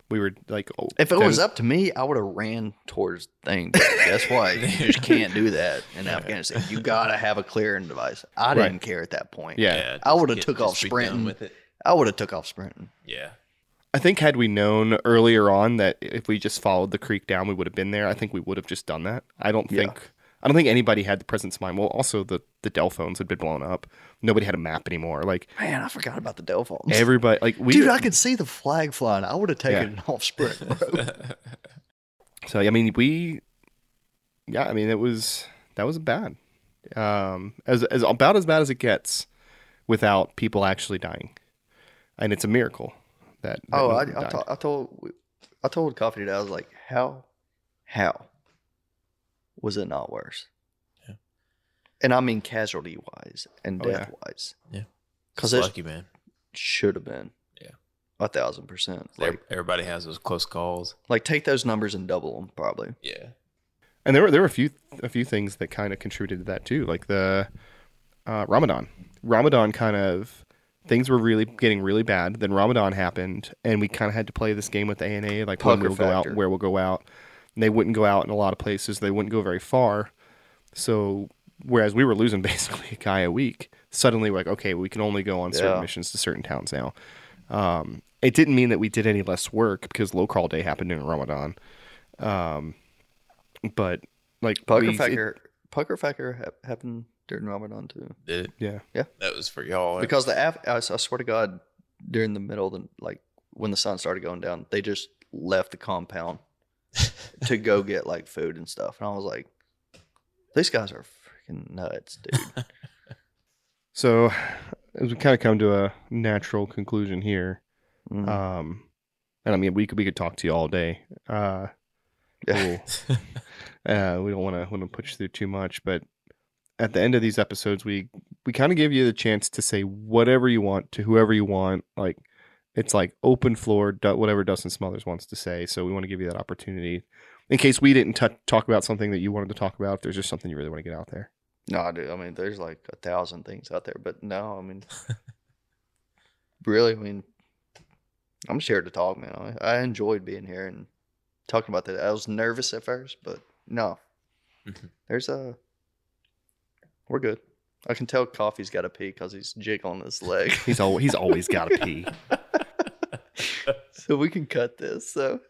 We were like, oh,
If it
then-
was up to me, I would have ran towards the thing. But
*laughs*
guess what? You just can't do that in Afghanistan. You gotta have a clearing device. I
Right.
didn't care at that point.
yeah.
just
would've
get-
took
just
off
be done
sprinting.
with it.
I would have took off sprinting.
Yeah, *laughs*
I think had we known earlier on that if we just followed the creek down, we would have been there. I think we would have just done that. I don't
Yeah.
think I don't think anybody had the presence of mind. Well, also the the Dell phones had been blown up. Nobody had a map
*laughs*
anymore. Like
Man, I forgot about the Dell phones. *laughs*
everybody, like we.
Dude, I could see the flag flying. I would have taken an off sprint,
*laughs*
bro.
so I mean, we. Yeah, I mean it was that was bad, um, as as about as bad as it gets, without people actually dying, and it's a miracle that. that
oh, I,
nobody
I,
died.
to- I told I told Coffee Dad, I was like, how, how was it not worse?
Yeah.
And I mean casualty wise and
Oh, yeah.
death wise.
Yeah.
Because
It's
it
lucky man.
should have been.
Yeah.
A thousand percent. Like,
Everybody has those close calls.
like take those numbers and double them probably.
Yeah,
and there were there were a few a few things that kind of contributed to that too, like the uh, Ramadan. Ramadan kind of things were really getting really bad. Then Ramadan happened, and we kind of had to play this game with the ANA, like when
Pucker
we'll go out,
factor.
where we'll go out. And they wouldn't go out in a lot of places. They wouldn't go very far. So whereas we were losing *laughs* basically a guy a week, suddenly we're like, okay, we can only go on certain
Yeah.
missions to certain towns now. Um, it didn't mean that we did any less work because low crawl day happened in Ramadan. Um, but like
Pucker
we- it-
factor pucker factor ha- happened during Ramadan too.
Did it-
yeah,
that was for y'all. *laughs*
Because the Af- I, s- I swear to God, during the middle of the like when the sun started going down, they just left the compound to go get like food and stuff, and I was like, these guys are freaking nuts, dude.
So, as we kind of come to a natural conclusion here,
Mm.
um, and I mean we could we could talk to you all day. Uh,
yeah.
we'll- uh, we don't want to want to push through too much, but at the end of these episodes, we we kind of give you the chance to say whatever you want to whoever you want. Like it's like open floor, du- whatever Dustin Smothers wants to say. So we want to give you that opportunity in case we didn't tou- talk about something that you wanted to talk about. If there's just something you really want to get out there.
No, dude. I mean, there's like a thousand things out there, but no, I mean, really, I mean, I'm just here to talk, man. I, I enjoyed being here and talking about that. I was nervous at first, but no,
Mhm.
there's a. We're good. I can tell coffee's got to pee because he's jiggling his leg, *laughs*
He's always he's always got to pee.
so we can cut this. So